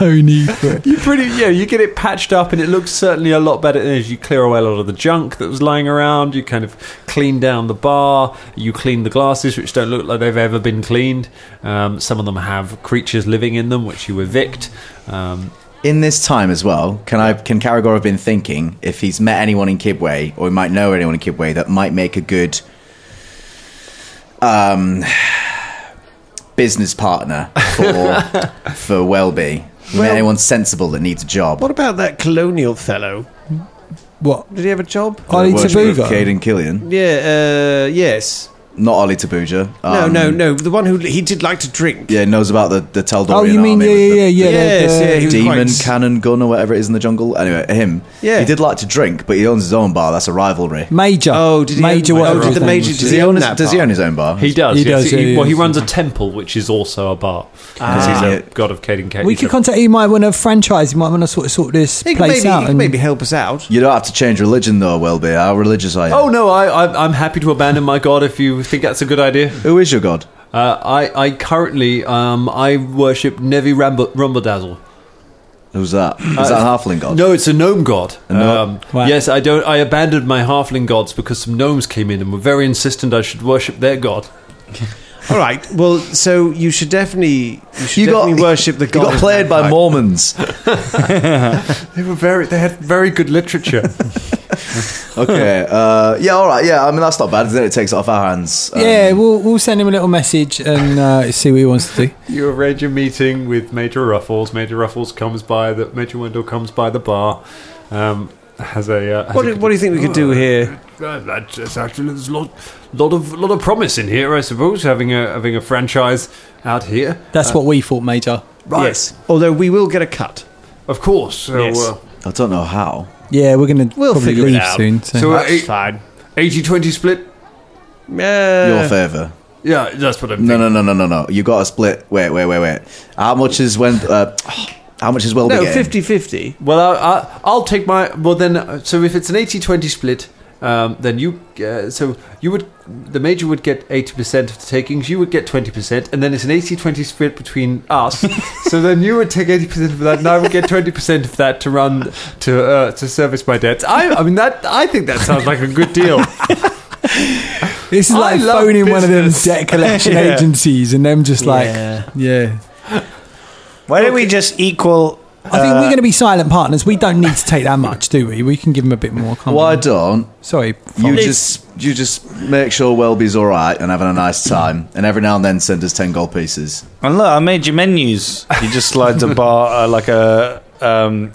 [SPEAKER 8] no need for it.
[SPEAKER 7] you pretty yeah you get it patched up, and it looks certainly a lot better. As you clear away a lot of the junk that was lying around, you kind of clean down the bar, you clean the glasses which don't look like they've ever been cleaned. Um, some of them have creatures living in them which you evict. Um,
[SPEAKER 10] In this time as well, can I can Caragor have been thinking if he's met anyone in Kibway or he might know anyone in Kibway that might make a good um, business partner for for Welby? Met
[SPEAKER 6] Well-
[SPEAKER 10] anyone sensible that needs a job?
[SPEAKER 6] What about that colonial fellow?
[SPEAKER 8] What?
[SPEAKER 6] Did he have a job?
[SPEAKER 8] Ollie
[SPEAKER 10] The worship of
[SPEAKER 8] Tabuga?
[SPEAKER 10] Caden Killian,
[SPEAKER 6] Yeah. Uh, yes.
[SPEAKER 10] not Ollie Tabuja.
[SPEAKER 6] No.
[SPEAKER 10] um,
[SPEAKER 6] no. No. The one who he did like to drink.
[SPEAKER 10] Yeah, knows about the the Teldorian
[SPEAKER 8] Oh, you mean
[SPEAKER 10] army
[SPEAKER 8] yeah,
[SPEAKER 10] with the-
[SPEAKER 8] yeah, yeah, yeah.
[SPEAKER 6] Yes,
[SPEAKER 8] the-
[SPEAKER 6] yeah, he was
[SPEAKER 10] demon
[SPEAKER 6] quite-
[SPEAKER 10] cannon gun or whatever it is in the jungle. Anyway, him.
[SPEAKER 6] Yeah.
[SPEAKER 10] He did like to drink, but he owns his own bar. That's a rivalry.
[SPEAKER 8] Major.
[SPEAKER 6] Oh, did he-
[SPEAKER 8] Major?
[SPEAKER 6] oh,
[SPEAKER 8] whatever
[SPEAKER 6] did
[SPEAKER 8] his
[SPEAKER 6] the
[SPEAKER 8] name
[SPEAKER 6] major-
[SPEAKER 8] was.
[SPEAKER 6] does
[SPEAKER 10] Does he, own his,
[SPEAKER 6] that
[SPEAKER 10] does he
[SPEAKER 6] bar?
[SPEAKER 10] own his own bar?
[SPEAKER 7] He does.
[SPEAKER 8] He
[SPEAKER 7] yes.
[SPEAKER 8] does,
[SPEAKER 7] He-
[SPEAKER 8] yeah, he
[SPEAKER 7] well, he
[SPEAKER 8] does.
[SPEAKER 7] runs a temple, which is also a bar because he's a god of Caden. Caden.
[SPEAKER 8] We could contact. He might want to franchise. He might want to sort of sort this
[SPEAKER 6] He could
[SPEAKER 8] place
[SPEAKER 6] maybe,
[SPEAKER 8] out.
[SPEAKER 6] he could
[SPEAKER 8] and-
[SPEAKER 6] maybe help us out.
[SPEAKER 10] You don't have to change religion though, Welby. How religious are you?
[SPEAKER 7] Oh no, I, I, I'm happy to abandon my god if you think that's a good idea.
[SPEAKER 10] Who is your god?
[SPEAKER 7] Uh, I, I currently, um, I worship Nevi Ramble, Rumbledazzle.
[SPEAKER 10] Who's that?
[SPEAKER 6] Uh,
[SPEAKER 10] Is that a halfling god?
[SPEAKER 7] No, it's a gnome god.
[SPEAKER 10] gnome-
[SPEAKER 7] Um,
[SPEAKER 8] Wow.
[SPEAKER 7] Yes, I don't. I abandoned my halfling gods because some gnomes came in and were very insistent I should worship their god.
[SPEAKER 6] All right. Well, so you should definitely you should definitely worship the
[SPEAKER 10] you
[SPEAKER 6] god.
[SPEAKER 10] got
[SPEAKER 6] of
[SPEAKER 10] played by
[SPEAKER 6] magpie.
[SPEAKER 10] Mormons.
[SPEAKER 7] They were very. They had very good literature.
[SPEAKER 10] okay. Uh, yeah. All right. Yeah. I mean, that's not bad. Then it takes it off our hands. Um,
[SPEAKER 8] Yeah, we'll we'll send him a little message and uh, see what he wants to do.
[SPEAKER 7] You arrange a meeting with Major Ruffles. Major Ruffles comes by the Major Wendell comes by the bar. Um, has a uh, has
[SPEAKER 6] What
[SPEAKER 7] a
[SPEAKER 6] do, what do you think we could do here?
[SPEAKER 7] Uh, that's, that's actually there's a lot, lot of lot of promise in here, I suppose. Having a having a franchise out here,
[SPEAKER 8] That's
[SPEAKER 6] Uh,
[SPEAKER 8] what we thought, Major.
[SPEAKER 7] right?
[SPEAKER 6] Yes. Although we will get a cut.
[SPEAKER 7] Of course. So,
[SPEAKER 6] Yes.
[SPEAKER 7] uh,
[SPEAKER 10] I don't know how.
[SPEAKER 8] Yeah, we're gonna
[SPEAKER 6] We'll
[SPEAKER 8] probably
[SPEAKER 6] figure it
[SPEAKER 8] leave
[SPEAKER 6] out.
[SPEAKER 8] soon. So.
[SPEAKER 7] so uh,
[SPEAKER 6] That's
[SPEAKER 7] eight,
[SPEAKER 6] fine.
[SPEAKER 7] 80-20 split.
[SPEAKER 10] Your
[SPEAKER 6] Yeah.
[SPEAKER 10] favor.
[SPEAKER 7] Yeah, that's what I'm.
[SPEAKER 10] No. No. No. No. No. No. You got to split. Wait. Wait. Wait. Wait. How much is when? Uh, how much is Welby
[SPEAKER 6] no,
[SPEAKER 10] getting?
[SPEAKER 6] 50-50.
[SPEAKER 7] Well, I, I, I'll take my. Well, then, uh, so if it's an 80-20 split, um, then you. Uh, so you would. The major would get eighty percent of the takings. You would get twenty percent, and then it's an 80-20 split between us. so then you would take eighty percent of that, and I would get twenty percent of that to run to uh, to service my debts. I, I mean, that I think that sounds like a good deal.
[SPEAKER 8] This is
[SPEAKER 7] I
[SPEAKER 8] like
[SPEAKER 7] love
[SPEAKER 8] phoning one of them
[SPEAKER 7] business.
[SPEAKER 8] debt collection
[SPEAKER 5] Yeah.
[SPEAKER 8] agencies and them just like, yeah.
[SPEAKER 5] Why don't we just equal?
[SPEAKER 8] I think
[SPEAKER 6] Uh,
[SPEAKER 8] we're going to be silent partners. We don't need to take that much, do we? We can give them a bit more. Can't
[SPEAKER 10] Why
[SPEAKER 8] we?
[SPEAKER 10] don't
[SPEAKER 8] Sorry.
[SPEAKER 10] you
[SPEAKER 8] Fox.
[SPEAKER 10] just you just make sure Welby's all right and having a nice time, and every now and then send us ten gold pieces.
[SPEAKER 5] And look, I made you menus. You just slides a bar uh, like a um,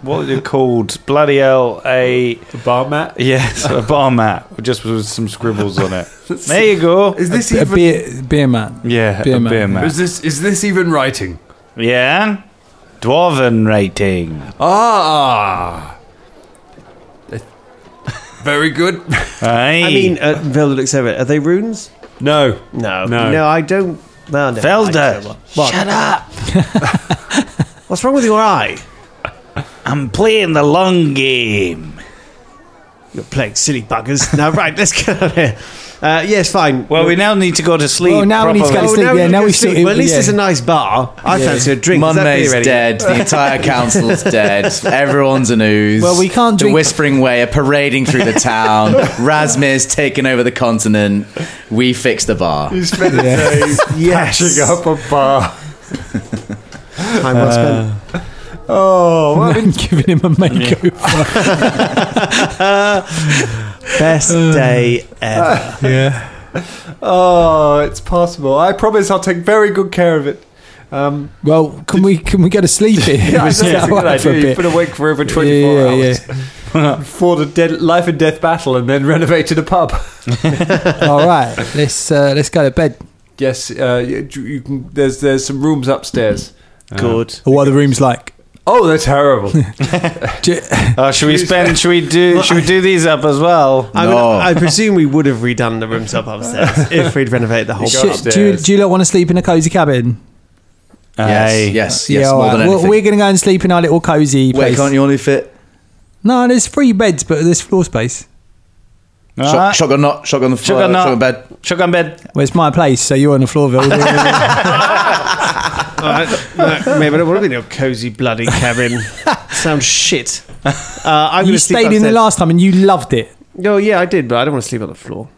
[SPEAKER 5] what are they called? Bloody hell, a
[SPEAKER 7] The bar mat.
[SPEAKER 5] yes, a bar mat just with some scribbles on it. There you go.
[SPEAKER 7] Is this
[SPEAKER 8] a
[SPEAKER 7] even?
[SPEAKER 8] beer, beer man.
[SPEAKER 5] Yeah,
[SPEAKER 8] Beer
[SPEAKER 5] a
[SPEAKER 8] mat.
[SPEAKER 5] beer mat.
[SPEAKER 7] Is this is this even writing?
[SPEAKER 5] Yeah, dwarven rating.
[SPEAKER 7] Ah. Very good.
[SPEAKER 5] Aye.
[SPEAKER 6] I mean, uh, Velda looks over. it. Are they runes?
[SPEAKER 7] No.
[SPEAKER 6] No,
[SPEAKER 7] No.
[SPEAKER 6] no, I don't. No, no,
[SPEAKER 5] Velda.
[SPEAKER 6] I don't know what-
[SPEAKER 5] shut up!
[SPEAKER 6] What's wrong with your eye?
[SPEAKER 5] I'm playing the long game.
[SPEAKER 6] You're playing silly buggers. now, right, let's get out of here. Uh, yes, fine.
[SPEAKER 5] Well, we now need to go to sleep.
[SPEAKER 8] Well, Oh, now we need to go
[SPEAKER 6] Oh,
[SPEAKER 5] properly.
[SPEAKER 8] to sleep. Yeah, now
[SPEAKER 6] can
[SPEAKER 8] we
[SPEAKER 6] sleep.
[SPEAKER 8] see-
[SPEAKER 6] Well, at least
[SPEAKER 8] yeah.
[SPEAKER 6] it's a nice bar. I fancy a drink. Is that
[SPEAKER 10] Munmay's
[SPEAKER 6] beer ready?
[SPEAKER 10] dead. The entire council's dead. Everyone's an ooze.
[SPEAKER 8] Well, we can't
[SPEAKER 10] The
[SPEAKER 8] drink-
[SPEAKER 10] Whispering Way are parading through the town. Rasmir's taken over the continent. We fix the bar.
[SPEAKER 7] Yes. up a bar.
[SPEAKER 6] Time well spent.
[SPEAKER 7] Oh. well,
[SPEAKER 8] Man giving him a makeover.
[SPEAKER 6] Best
[SPEAKER 8] Uh.
[SPEAKER 6] day ever.
[SPEAKER 8] yeah.
[SPEAKER 7] Oh, it's possible. I promise I'll take very good care of it. Um,
[SPEAKER 8] Well, can we can we go to sleep here?
[SPEAKER 7] yeah, I
[SPEAKER 8] Just
[SPEAKER 7] know it's a
[SPEAKER 8] sit
[SPEAKER 7] good
[SPEAKER 8] out for a
[SPEAKER 7] idea. You've
[SPEAKER 8] bit.
[SPEAKER 7] been awake for over 24
[SPEAKER 8] Yeah, yeah,
[SPEAKER 7] hours. Fought a dead, life and death battle and then renovated a pub.
[SPEAKER 8] All right, let's uh, let's go to bed.
[SPEAKER 7] Yes, uh, you, you can, there's, there's some rooms upstairs.
[SPEAKER 6] Good.
[SPEAKER 8] Or what are the room's like?
[SPEAKER 7] Oh, they're terrible.
[SPEAKER 8] Do you-
[SPEAKER 5] Oh, should we spend? Should we do? Should we do these up as well?
[SPEAKER 6] I,
[SPEAKER 10] No.
[SPEAKER 6] mean, I presume we would have redone the rooms up upstairs if we'd renovated the whole
[SPEAKER 7] Go
[SPEAKER 8] Shit, do you,
[SPEAKER 7] upstairs.
[SPEAKER 8] do you lot want to sleep in a cozy cabin?
[SPEAKER 5] Aye.
[SPEAKER 10] Yes, yes, yes.
[SPEAKER 8] all
[SPEAKER 10] more
[SPEAKER 8] right.
[SPEAKER 10] than
[SPEAKER 8] Well,
[SPEAKER 10] anything.
[SPEAKER 8] we're going to go and sleep in our little cozy
[SPEAKER 10] Wait,
[SPEAKER 8] place.
[SPEAKER 10] can't you only fit?
[SPEAKER 8] No, there's three beds, but there's floor space.
[SPEAKER 5] All
[SPEAKER 10] Shot-
[SPEAKER 5] right.
[SPEAKER 10] Shotgun knot, shotgun the floor,
[SPEAKER 5] Shotgun
[SPEAKER 10] shotgun,
[SPEAKER 5] knot.
[SPEAKER 10] bed.
[SPEAKER 5] Chuck on bed.
[SPEAKER 8] Well, it's my place, so you're on the floor, Bill.
[SPEAKER 6] no, maybe it would have been your cozy bloody cabin. Sounds shit. Uh, I'm
[SPEAKER 8] you
[SPEAKER 6] gonna sleep
[SPEAKER 8] stayed in the
[SPEAKER 6] upstairs.
[SPEAKER 8] last time and you loved it.
[SPEAKER 6] Oh yeah, I did, but I don't want to sleep on the floor.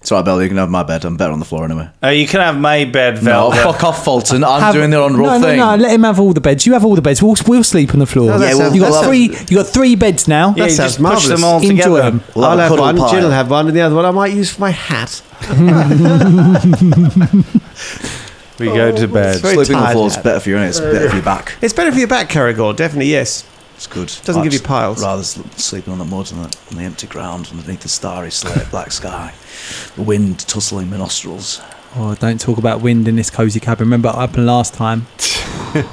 [SPEAKER 10] It's alright, Bella, you can have my bed. I'm better on the floor anyway.
[SPEAKER 5] Oh, you can have my bed,
[SPEAKER 10] No,
[SPEAKER 5] Velda.
[SPEAKER 10] fuck off, Fulton. I'm
[SPEAKER 8] Have-
[SPEAKER 10] doing the honourable
[SPEAKER 8] no,
[SPEAKER 10] thing.
[SPEAKER 8] No, no, let him have all the beds. You have all the beds. We'll, we'll sleep on the floor.
[SPEAKER 6] No, that Yeah, sounds-
[SPEAKER 8] you got
[SPEAKER 6] that
[SPEAKER 8] three. You got three beds now.
[SPEAKER 5] Yeah,
[SPEAKER 6] That
[SPEAKER 5] you
[SPEAKER 6] sounds
[SPEAKER 5] just push them
[SPEAKER 6] marvellous.
[SPEAKER 5] all
[SPEAKER 8] Enjoy
[SPEAKER 5] together.
[SPEAKER 8] them.
[SPEAKER 10] We'll have
[SPEAKER 6] I'll
[SPEAKER 10] a
[SPEAKER 6] have
[SPEAKER 10] cuddle
[SPEAKER 6] one,
[SPEAKER 10] pile.
[SPEAKER 6] Jill will have one, and the other one I might use for my hat.
[SPEAKER 5] We
[SPEAKER 8] Oh,
[SPEAKER 5] go to bed.
[SPEAKER 6] very
[SPEAKER 10] Sleeping on the
[SPEAKER 6] tired
[SPEAKER 10] floor is
[SPEAKER 6] now.
[SPEAKER 10] better for your it's better for your back.
[SPEAKER 6] It's better for your back, Caragor, definitely, yes.
[SPEAKER 10] It's good.
[SPEAKER 6] Doesn't
[SPEAKER 10] I'd
[SPEAKER 6] give you piles.
[SPEAKER 10] Rather sl- sleeping on the mud and the, and the empty ground underneath the starry, slate, black sky, the wind tussling my nostrils.
[SPEAKER 8] Oh, don't talk about wind in this cozy cabin. Remember what happened last time?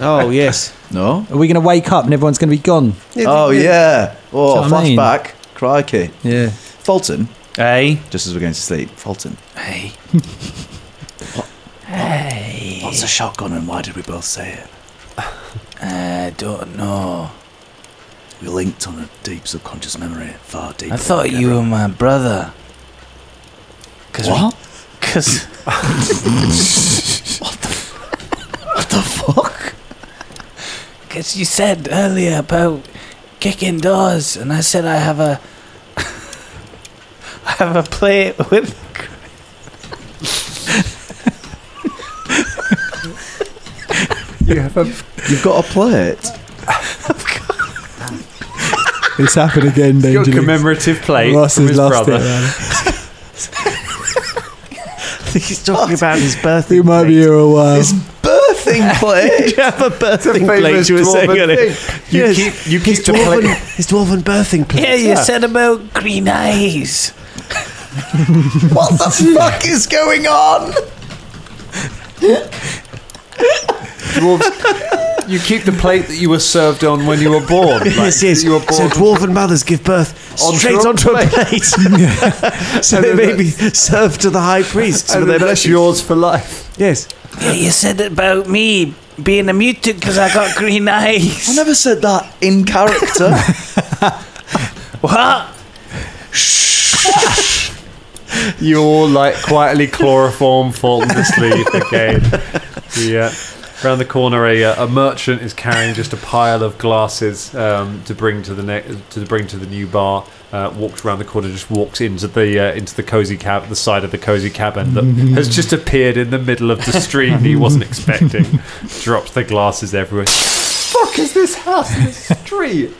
[SPEAKER 6] Oh, yes.
[SPEAKER 10] No.
[SPEAKER 8] Are we going to wake up and everyone's going to be gone?
[SPEAKER 10] Oh yeah. Oh,
[SPEAKER 8] That's what I mean.
[SPEAKER 10] flashback. Crikey.
[SPEAKER 8] Yeah.
[SPEAKER 10] Fulton.
[SPEAKER 5] Hey,
[SPEAKER 10] Just as we're going to sleep, Fulton. Hey. What- What's a shotgun and why did we both say it? I don't know. We linked on a deep subconscious memory, far deeper.
[SPEAKER 5] I thought you were my brother. Cause
[SPEAKER 10] What?
[SPEAKER 5] Because
[SPEAKER 10] What the fuck?
[SPEAKER 5] Because you said earlier about kicking doors, and I said I have a, I have a plate with.
[SPEAKER 10] You've got a plate.
[SPEAKER 8] It's happened again,
[SPEAKER 7] Your
[SPEAKER 8] Danger.
[SPEAKER 7] commemorative plate
[SPEAKER 8] Ross
[SPEAKER 7] from
[SPEAKER 8] has
[SPEAKER 7] his
[SPEAKER 8] lost
[SPEAKER 7] brother.
[SPEAKER 8] it. man.
[SPEAKER 6] I think he's talking about his birthday.
[SPEAKER 8] He might be here a while.
[SPEAKER 10] Birthing plate.
[SPEAKER 6] Um, You have a birthing plate,
[SPEAKER 7] Famous
[SPEAKER 6] you were saying
[SPEAKER 7] dwarven
[SPEAKER 6] earlier.
[SPEAKER 7] thing. You
[SPEAKER 6] Yes.
[SPEAKER 7] keep, you keep
[SPEAKER 6] His
[SPEAKER 7] the plate.
[SPEAKER 6] dwarven, his dwarven birthing plate.
[SPEAKER 5] Yeah, you said about green eyes.
[SPEAKER 10] What the fuck is going on?
[SPEAKER 7] Dwarves- you keep the plate that you were served on when you were born. Like,
[SPEAKER 6] Yes, yes.
[SPEAKER 7] You were born
[SPEAKER 6] So dwarven mothers give birth
[SPEAKER 7] Onto
[SPEAKER 6] straight
[SPEAKER 7] a
[SPEAKER 6] onto a plate. so they may be served to the high priests for
[SPEAKER 7] and
[SPEAKER 6] their
[SPEAKER 7] then that's
[SPEAKER 6] blessing.
[SPEAKER 7] yours for life.
[SPEAKER 6] Yes.
[SPEAKER 5] Yeah, you said about me being a mutant because I got green
[SPEAKER 10] I
[SPEAKER 5] eyes.
[SPEAKER 10] never said that in character.
[SPEAKER 5] What?
[SPEAKER 7] You all like quietly chloroform Fulton to sleep again. Yeah.
[SPEAKER 4] Around the corner, a, uh, a merchant is carrying just a pile of glasses um, to bring to the ne- to bring to the new bar. Uh, walks around the corner, just walks into the uh, into the cozy cab, the side of the cozy cabin that has just appeared in the middle of the street and he wasn't expecting. Drops the glasses everywhere. Fuck is this house in the street?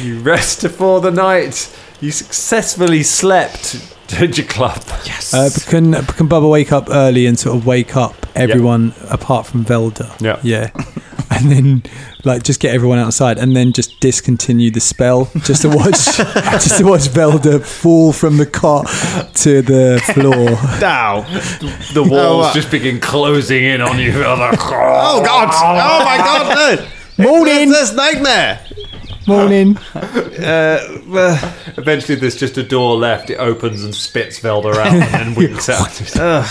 [SPEAKER 4] You rest before the night. You successfully slept, Ginger Club. Yes.
[SPEAKER 8] Uh, but can but can Bubba wake up early and sort of wake up everyone apart from Velda?
[SPEAKER 4] Yeah.
[SPEAKER 8] yeah, and then like just get everyone outside and then just discontinue the spell just to watch just to watch Velda fall from the cot to the floor.
[SPEAKER 6] Dow.
[SPEAKER 4] The walls
[SPEAKER 6] what?
[SPEAKER 4] just begin closing in on you.
[SPEAKER 6] Oh God! Oh my God! No.
[SPEAKER 8] Morning,
[SPEAKER 6] It's this nightmare.
[SPEAKER 8] morning.
[SPEAKER 4] Eventually, there's just a door left. It opens and spits Velda out and then winks out.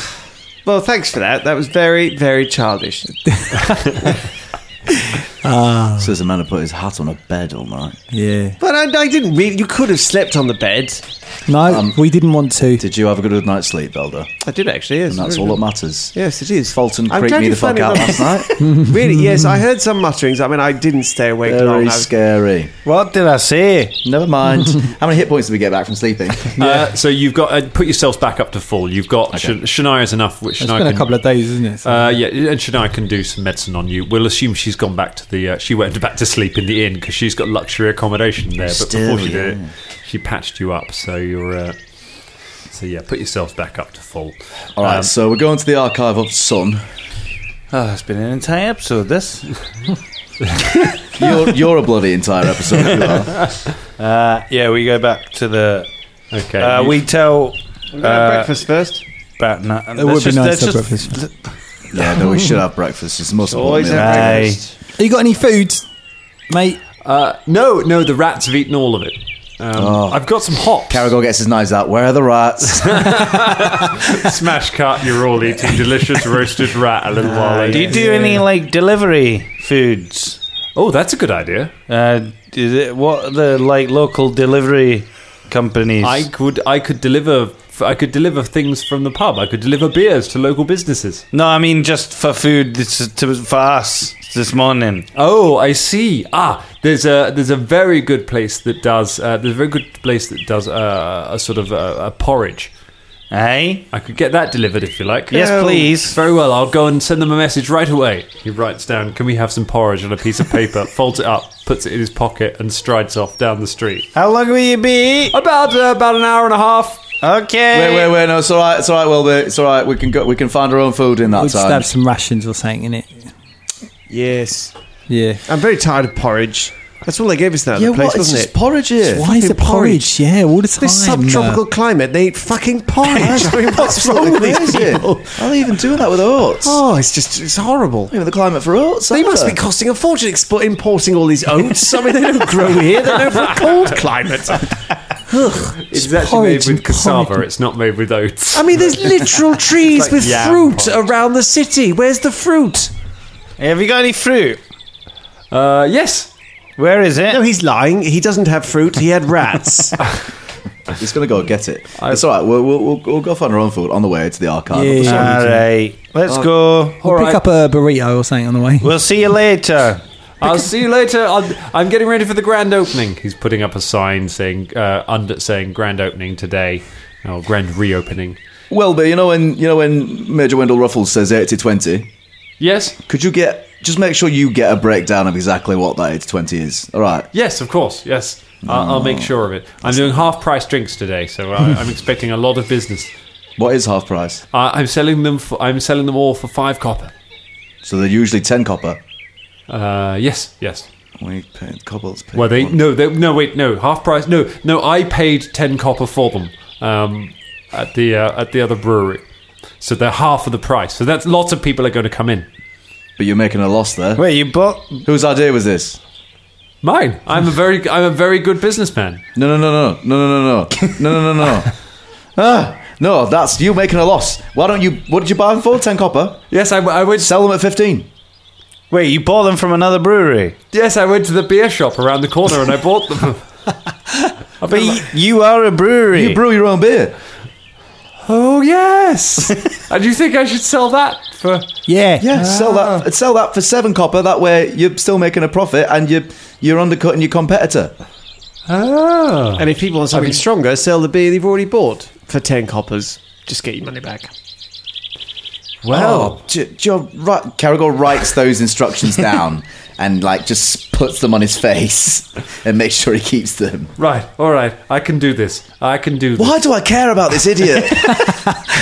[SPEAKER 6] Well, thanks for that. That was very, very childish.
[SPEAKER 10] So there's a man who put his hat on a bed all night.
[SPEAKER 8] Yeah,
[SPEAKER 6] But I, I didn't really. You could have slept on the bed.
[SPEAKER 8] no, we didn't want to.
[SPEAKER 10] Did you have a good night's sleep, Belder?
[SPEAKER 6] I did actually. Yes,
[SPEAKER 10] And that's all that matters.
[SPEAKER 6] Yes, it is.
[SPEAKER 10] Fulton
[SPEAKER 6] I'm
[SPEAKER 10] creeped
[SPEAKER 6] glad
[SPEAKER 10] me
[SPEAKER 6] you
[SPEAKER 10] the fuck out
[SPEAKER 6] finally noticed.
[SPEAKER 10] last night.
[SPEAKER 6] Really? Yes, I heard some mutterings. I mean, I didn't stay awake long. I
[SPEAKER 10] Very
[SPEAKER 6] was-
[SPEAKER 10] scary.
[SPEAKER 5] What did I say?
[SPEAKER 10] Never mind. How many hit points did we get back from sleeping?
[SPEAKER 4] Uh, so you've got uh, put yourselves back up to full. You've got Shan- Shania's enough. Which
[SPEAKER 8] It's
[SPEAKER 4] Shania
[SPEAKER 8] been a
[SPEAKER 4] can-
[SPEAKER 8] couple of days, isn't it?
[SPEAKER 4] Uh, yeah, and Shania can do some medicine on you. We'll assume she's gone back to the. Uh, she went back to sleep in the inn because she's got luxury accommodation there. But before she did it, she patched you up. So you're. Uh, so yeah, put yourselves back up to full.
[SPEAKER 10] all right,
[SPEAKER 4] Um,
[SPEAKER 10] so we're going to the archive of Sun.
[SPEAKER 5] Oh, it's been an entire episode. This.
[SPEAKER 10] You're, you're a bloody entire episode. You are.
[SPEAKER 5] Uh, yeah, we go back to the.
[SPEAKER 4] okay,
[SPEAKER 5] Uh,
[SPEAKER 4] you-
[SPEAKER 5] we tell.
[SPEAKER 6] We're gonna have
[SPEAKER 5] Uh,
[SPEAKER 6] breakfast first.
[SPEAKER 5] But no, it
[SPEAKER 8] would be nice to have breakfast.
[SPEAKER 10] Yeah, no, we should have breakfast. It's the most
[SPEAKER 6] Always
[SPEAKER 10] important.
[SPEAKER 6] have
[SPEAKER 10] meal.
[SPEAKER 5] Aye.
[SPEAKER 6] breakfast.
[SPEAKER 8] you got any foods, mate?
[SPEAKER 4] Uh, no, no, the rats have eaten all of it. Um, I've got some hops.
[SPEAKER 10] Caragor gets his knives out. Where are the rats?
[SPEAKER 4] Smash cut, you're all eating delicious roasted rat a little while
[SPEAKER 5] Do you
[SPEAKER 4] later.
[SPEAKER 5] do any like delivery foods?
[SPEAKER 4] Oh, that's a good idea.
[SPEAKER 5] Uh, is it, what are the like local delivery companies?
[SPEAKER 4] I could, I could deliver, I could deliver things from the pub. I could deliver beers to local businesses.
[SPEAKER 5] no, I mean just for food this is to, for us this morning.
[SPEAKER 4] Oh, I see. Ah, there's a there's a very good place that does. Uh, there's a very good place that does uh, a sort of uh, a porridge.
[SPEAKER 5] Hey,
[SPEAKER 4] I could get that delivered if you like.
[SPEAKER 5] yes, please.
[SPEAKER 4] Very well, I'll go and send them a message right away. He writes down, Can we have some porridge on a piece of paper, folds it up, puts it in his pocket, and strides off down the street.
[SPEAKER 5] How long will you be?
[SPEAKER 4] About uh, about an hour and a half.
[SPEAKER 5] Okay.
[SPEAKER 10] Wait, wait, wait! No, it's all right. It's all right, Wilbur. It's all right. We can go. We can find our own food in that
[SPEAKER 8] We'll just
[SPEAKER 10] time.
[SPEAKER 8] have some rations or something in it.
[SPEAKER 6] Yes.
[SPEAKER 8] Yeah.
[SPEAKER 6] I'm very tired of porridge. That's all they gave us now. the place, wasn't it?
[SPEAKER 10] porridge here.
[SPEAKER 8] Why is
[SPEAKER 6] fucking
[SPEAKER 8] it porridge? Yeah, all the time. uh,
[SPEAKER 6] This subtropical climate, they eat fucking porridge. I mean, what's wrong with these people?
[SPEAKER 10] How are they even doing that with oats?
[SPEAKER 6] Oh, it's just, it's horrible.
[SPEAKER 10] Even the climate for oats.
[SPEAKER 6] They must be costing a fortune expo- importing all these oats. I mean, they don't grow here. They don't for a cold climate.
[SPEAKER 4] It's, actually
[SPEAKER 8] porridge
[SPEAKER 4] made with
[SPEAKER 8] and
[SPEAKER 4] cassava,
[SPEAKER 8] porridge.
[SPEAKER 4] it's not made with oats.
[SPEAKER 6] I mean, there's literal trees
[SPEAKER 4] like
[SPEAKER 6] with
[SPEAKER 4] yam
[SPEAKER 6] fruit
[SPEAKER 4] porridge.
[SPEAKER 6] around the city. Where's the fruit?
[SPEAKER 5] Have you got any fruit?
[SPEAKER 4] Uh, yes.
[SPEAKER 5] Where is it?
[SPEAKER 6] No, he's lying. He doesn't have fruit. He had rats.
[SPEAKER 10] He's gonna go get it. It's all right. We'll, we'll, we'll, we'll go find our own food on the way to the archive.
[SPEAKER 8] Yeah.
[SPEAKER 10] Sorry.
[SPEAKER 5] All right, let's go.
[SPEAKER 8] We'll
[SPEAKER 4] All
[SPEAKER 8] pick
[SPEAKER 4] right.
[SPEAKER 8] up a burrito or something on the way.
[SPEAKER 5] We'll see you later.
[SPEAKER 4] I'll see you later. I'll, I'm getting ready for the grand opening. He's putting up a sign saying uh, under saying grand opening today, or grand reopening.
[SPEAKER 10] Well, but you know when you know when Major Wendell Ruffles says eighty twenty.
[SPEAKER 4] Yes,
[SPEAKER 10] Could you get just make sure you get a breakdown of exactly what that eighty twenty is? All right.
[SPEAKER 4] yes, of course, yes. I'll, I'll make sure of it. I'm doing half price drinks today, so I, I'm expecting a lot of business.
[SPEAKER 10] What is half price?
[SPEAKER 4] Uh, I'm selling them. For, I'm selling them all for five copper.
[SPEAKER 10] So they're usually ten copper.
[SPEAKER 4] Uh, yes, yes.
[SPEAKER 10] We paid cobbles. Paid
[SPEAKER 4] Well, they no, they, no, wait, no, half price. No, no, I paid ten copper for them um, at the uh, at the other brewery, so they're half of the price. So that's lots of people are going to come in.
[SPEAKER 10] But you're making a loss there.
[SPEAKER 5] Wait, you bought?
[SPEAKER 10] Whose idea was this?
[SPEAKER 4] Mine. I'm a very I'm a very good businessman.
[SPEAKER 10] No, no, no, no, no, no, no, no, no, no, no, no. Ah, no, that's you making a loss. Why don't you? What did you buy them for? Ten copper.
[SPEAKER 4] Yes, I, I went.
[SPEAKER 10] Sell them at fifteen.
[SPEAKER 5] Wait, you bought them from another brewery?
[SPEAKER 4] Yes, I went to the beer shop around the corner and I bought them.
[SPEAKER 5] But you, you are a brewery.
[SPEAKER 10] You brew your own beer.
[SPEAKER 4] Uh, oh yes. and you think I should sell that for?
[SPEAKER 8] Yeah.
[SPEAKER 10] Yeah, sell that. Sell that for seven copper. That way, you're still making a profit, and you're you're undercutting your competitor.
[SPEAKER 4] Oh.
[SPEAKER 11] And if people want something stronger, sell the beer they've already bought for 10 coppers. Just get your money back.
[SPEAKER 10] Oh, j- j- you're right. Caragor writes those instructions down and like just puts them on his face and makes sure he keeps them.
[SPEAKER 4] Right, all right. I can do this. I can do this.
[SPEAKER 10] Why do I care about this idiot?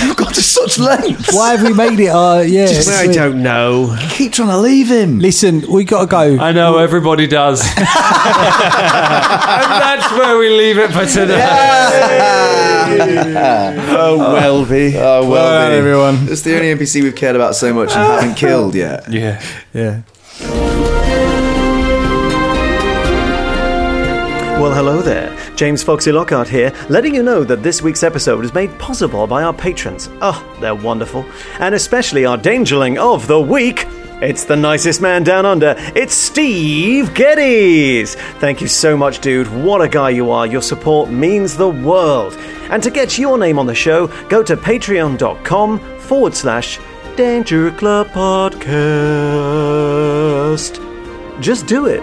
[SPEAKER 10] You've gone to such lengths.
[SPEAKER 8] Why have we made it? Uh, yeah.
[SPEAKER 11] Well, I
[SPEAKER 8] we-
[SPEAKER 11] don't know.
[SPEAKER 10] I keep trying to leave him?
[SPEAKER 8] Listen, we gotta go.
[SPEAKER 4] I know everybody does. and that's where we leave it for today.
[SPEAKER 11] Oh, well, V.
[SPEAKER 10] Oh well,
[SPEAKER 8] All right,
[SPEAKER 10] then.
[SPEAKER 8] everyone.
[SPEAKER 10] It's the only NPC we've cared about so much and haven't killed yet.
[SPEAKER 8] Yeah.
[SPEAKER 6] Well, hello there. James Foxy Lockhart here, letting you know that this week's episode is made possible by our patrons. Oh, they're wonderful. And especially our Dangerling of the Week. It's the nicest man down under. It's Steve Geddes. Thank you so much, dude. What a guy you are. Your support means the world. And to get your name on the show, go to patreon.com forward slash Danger Club Podcast. Just do it.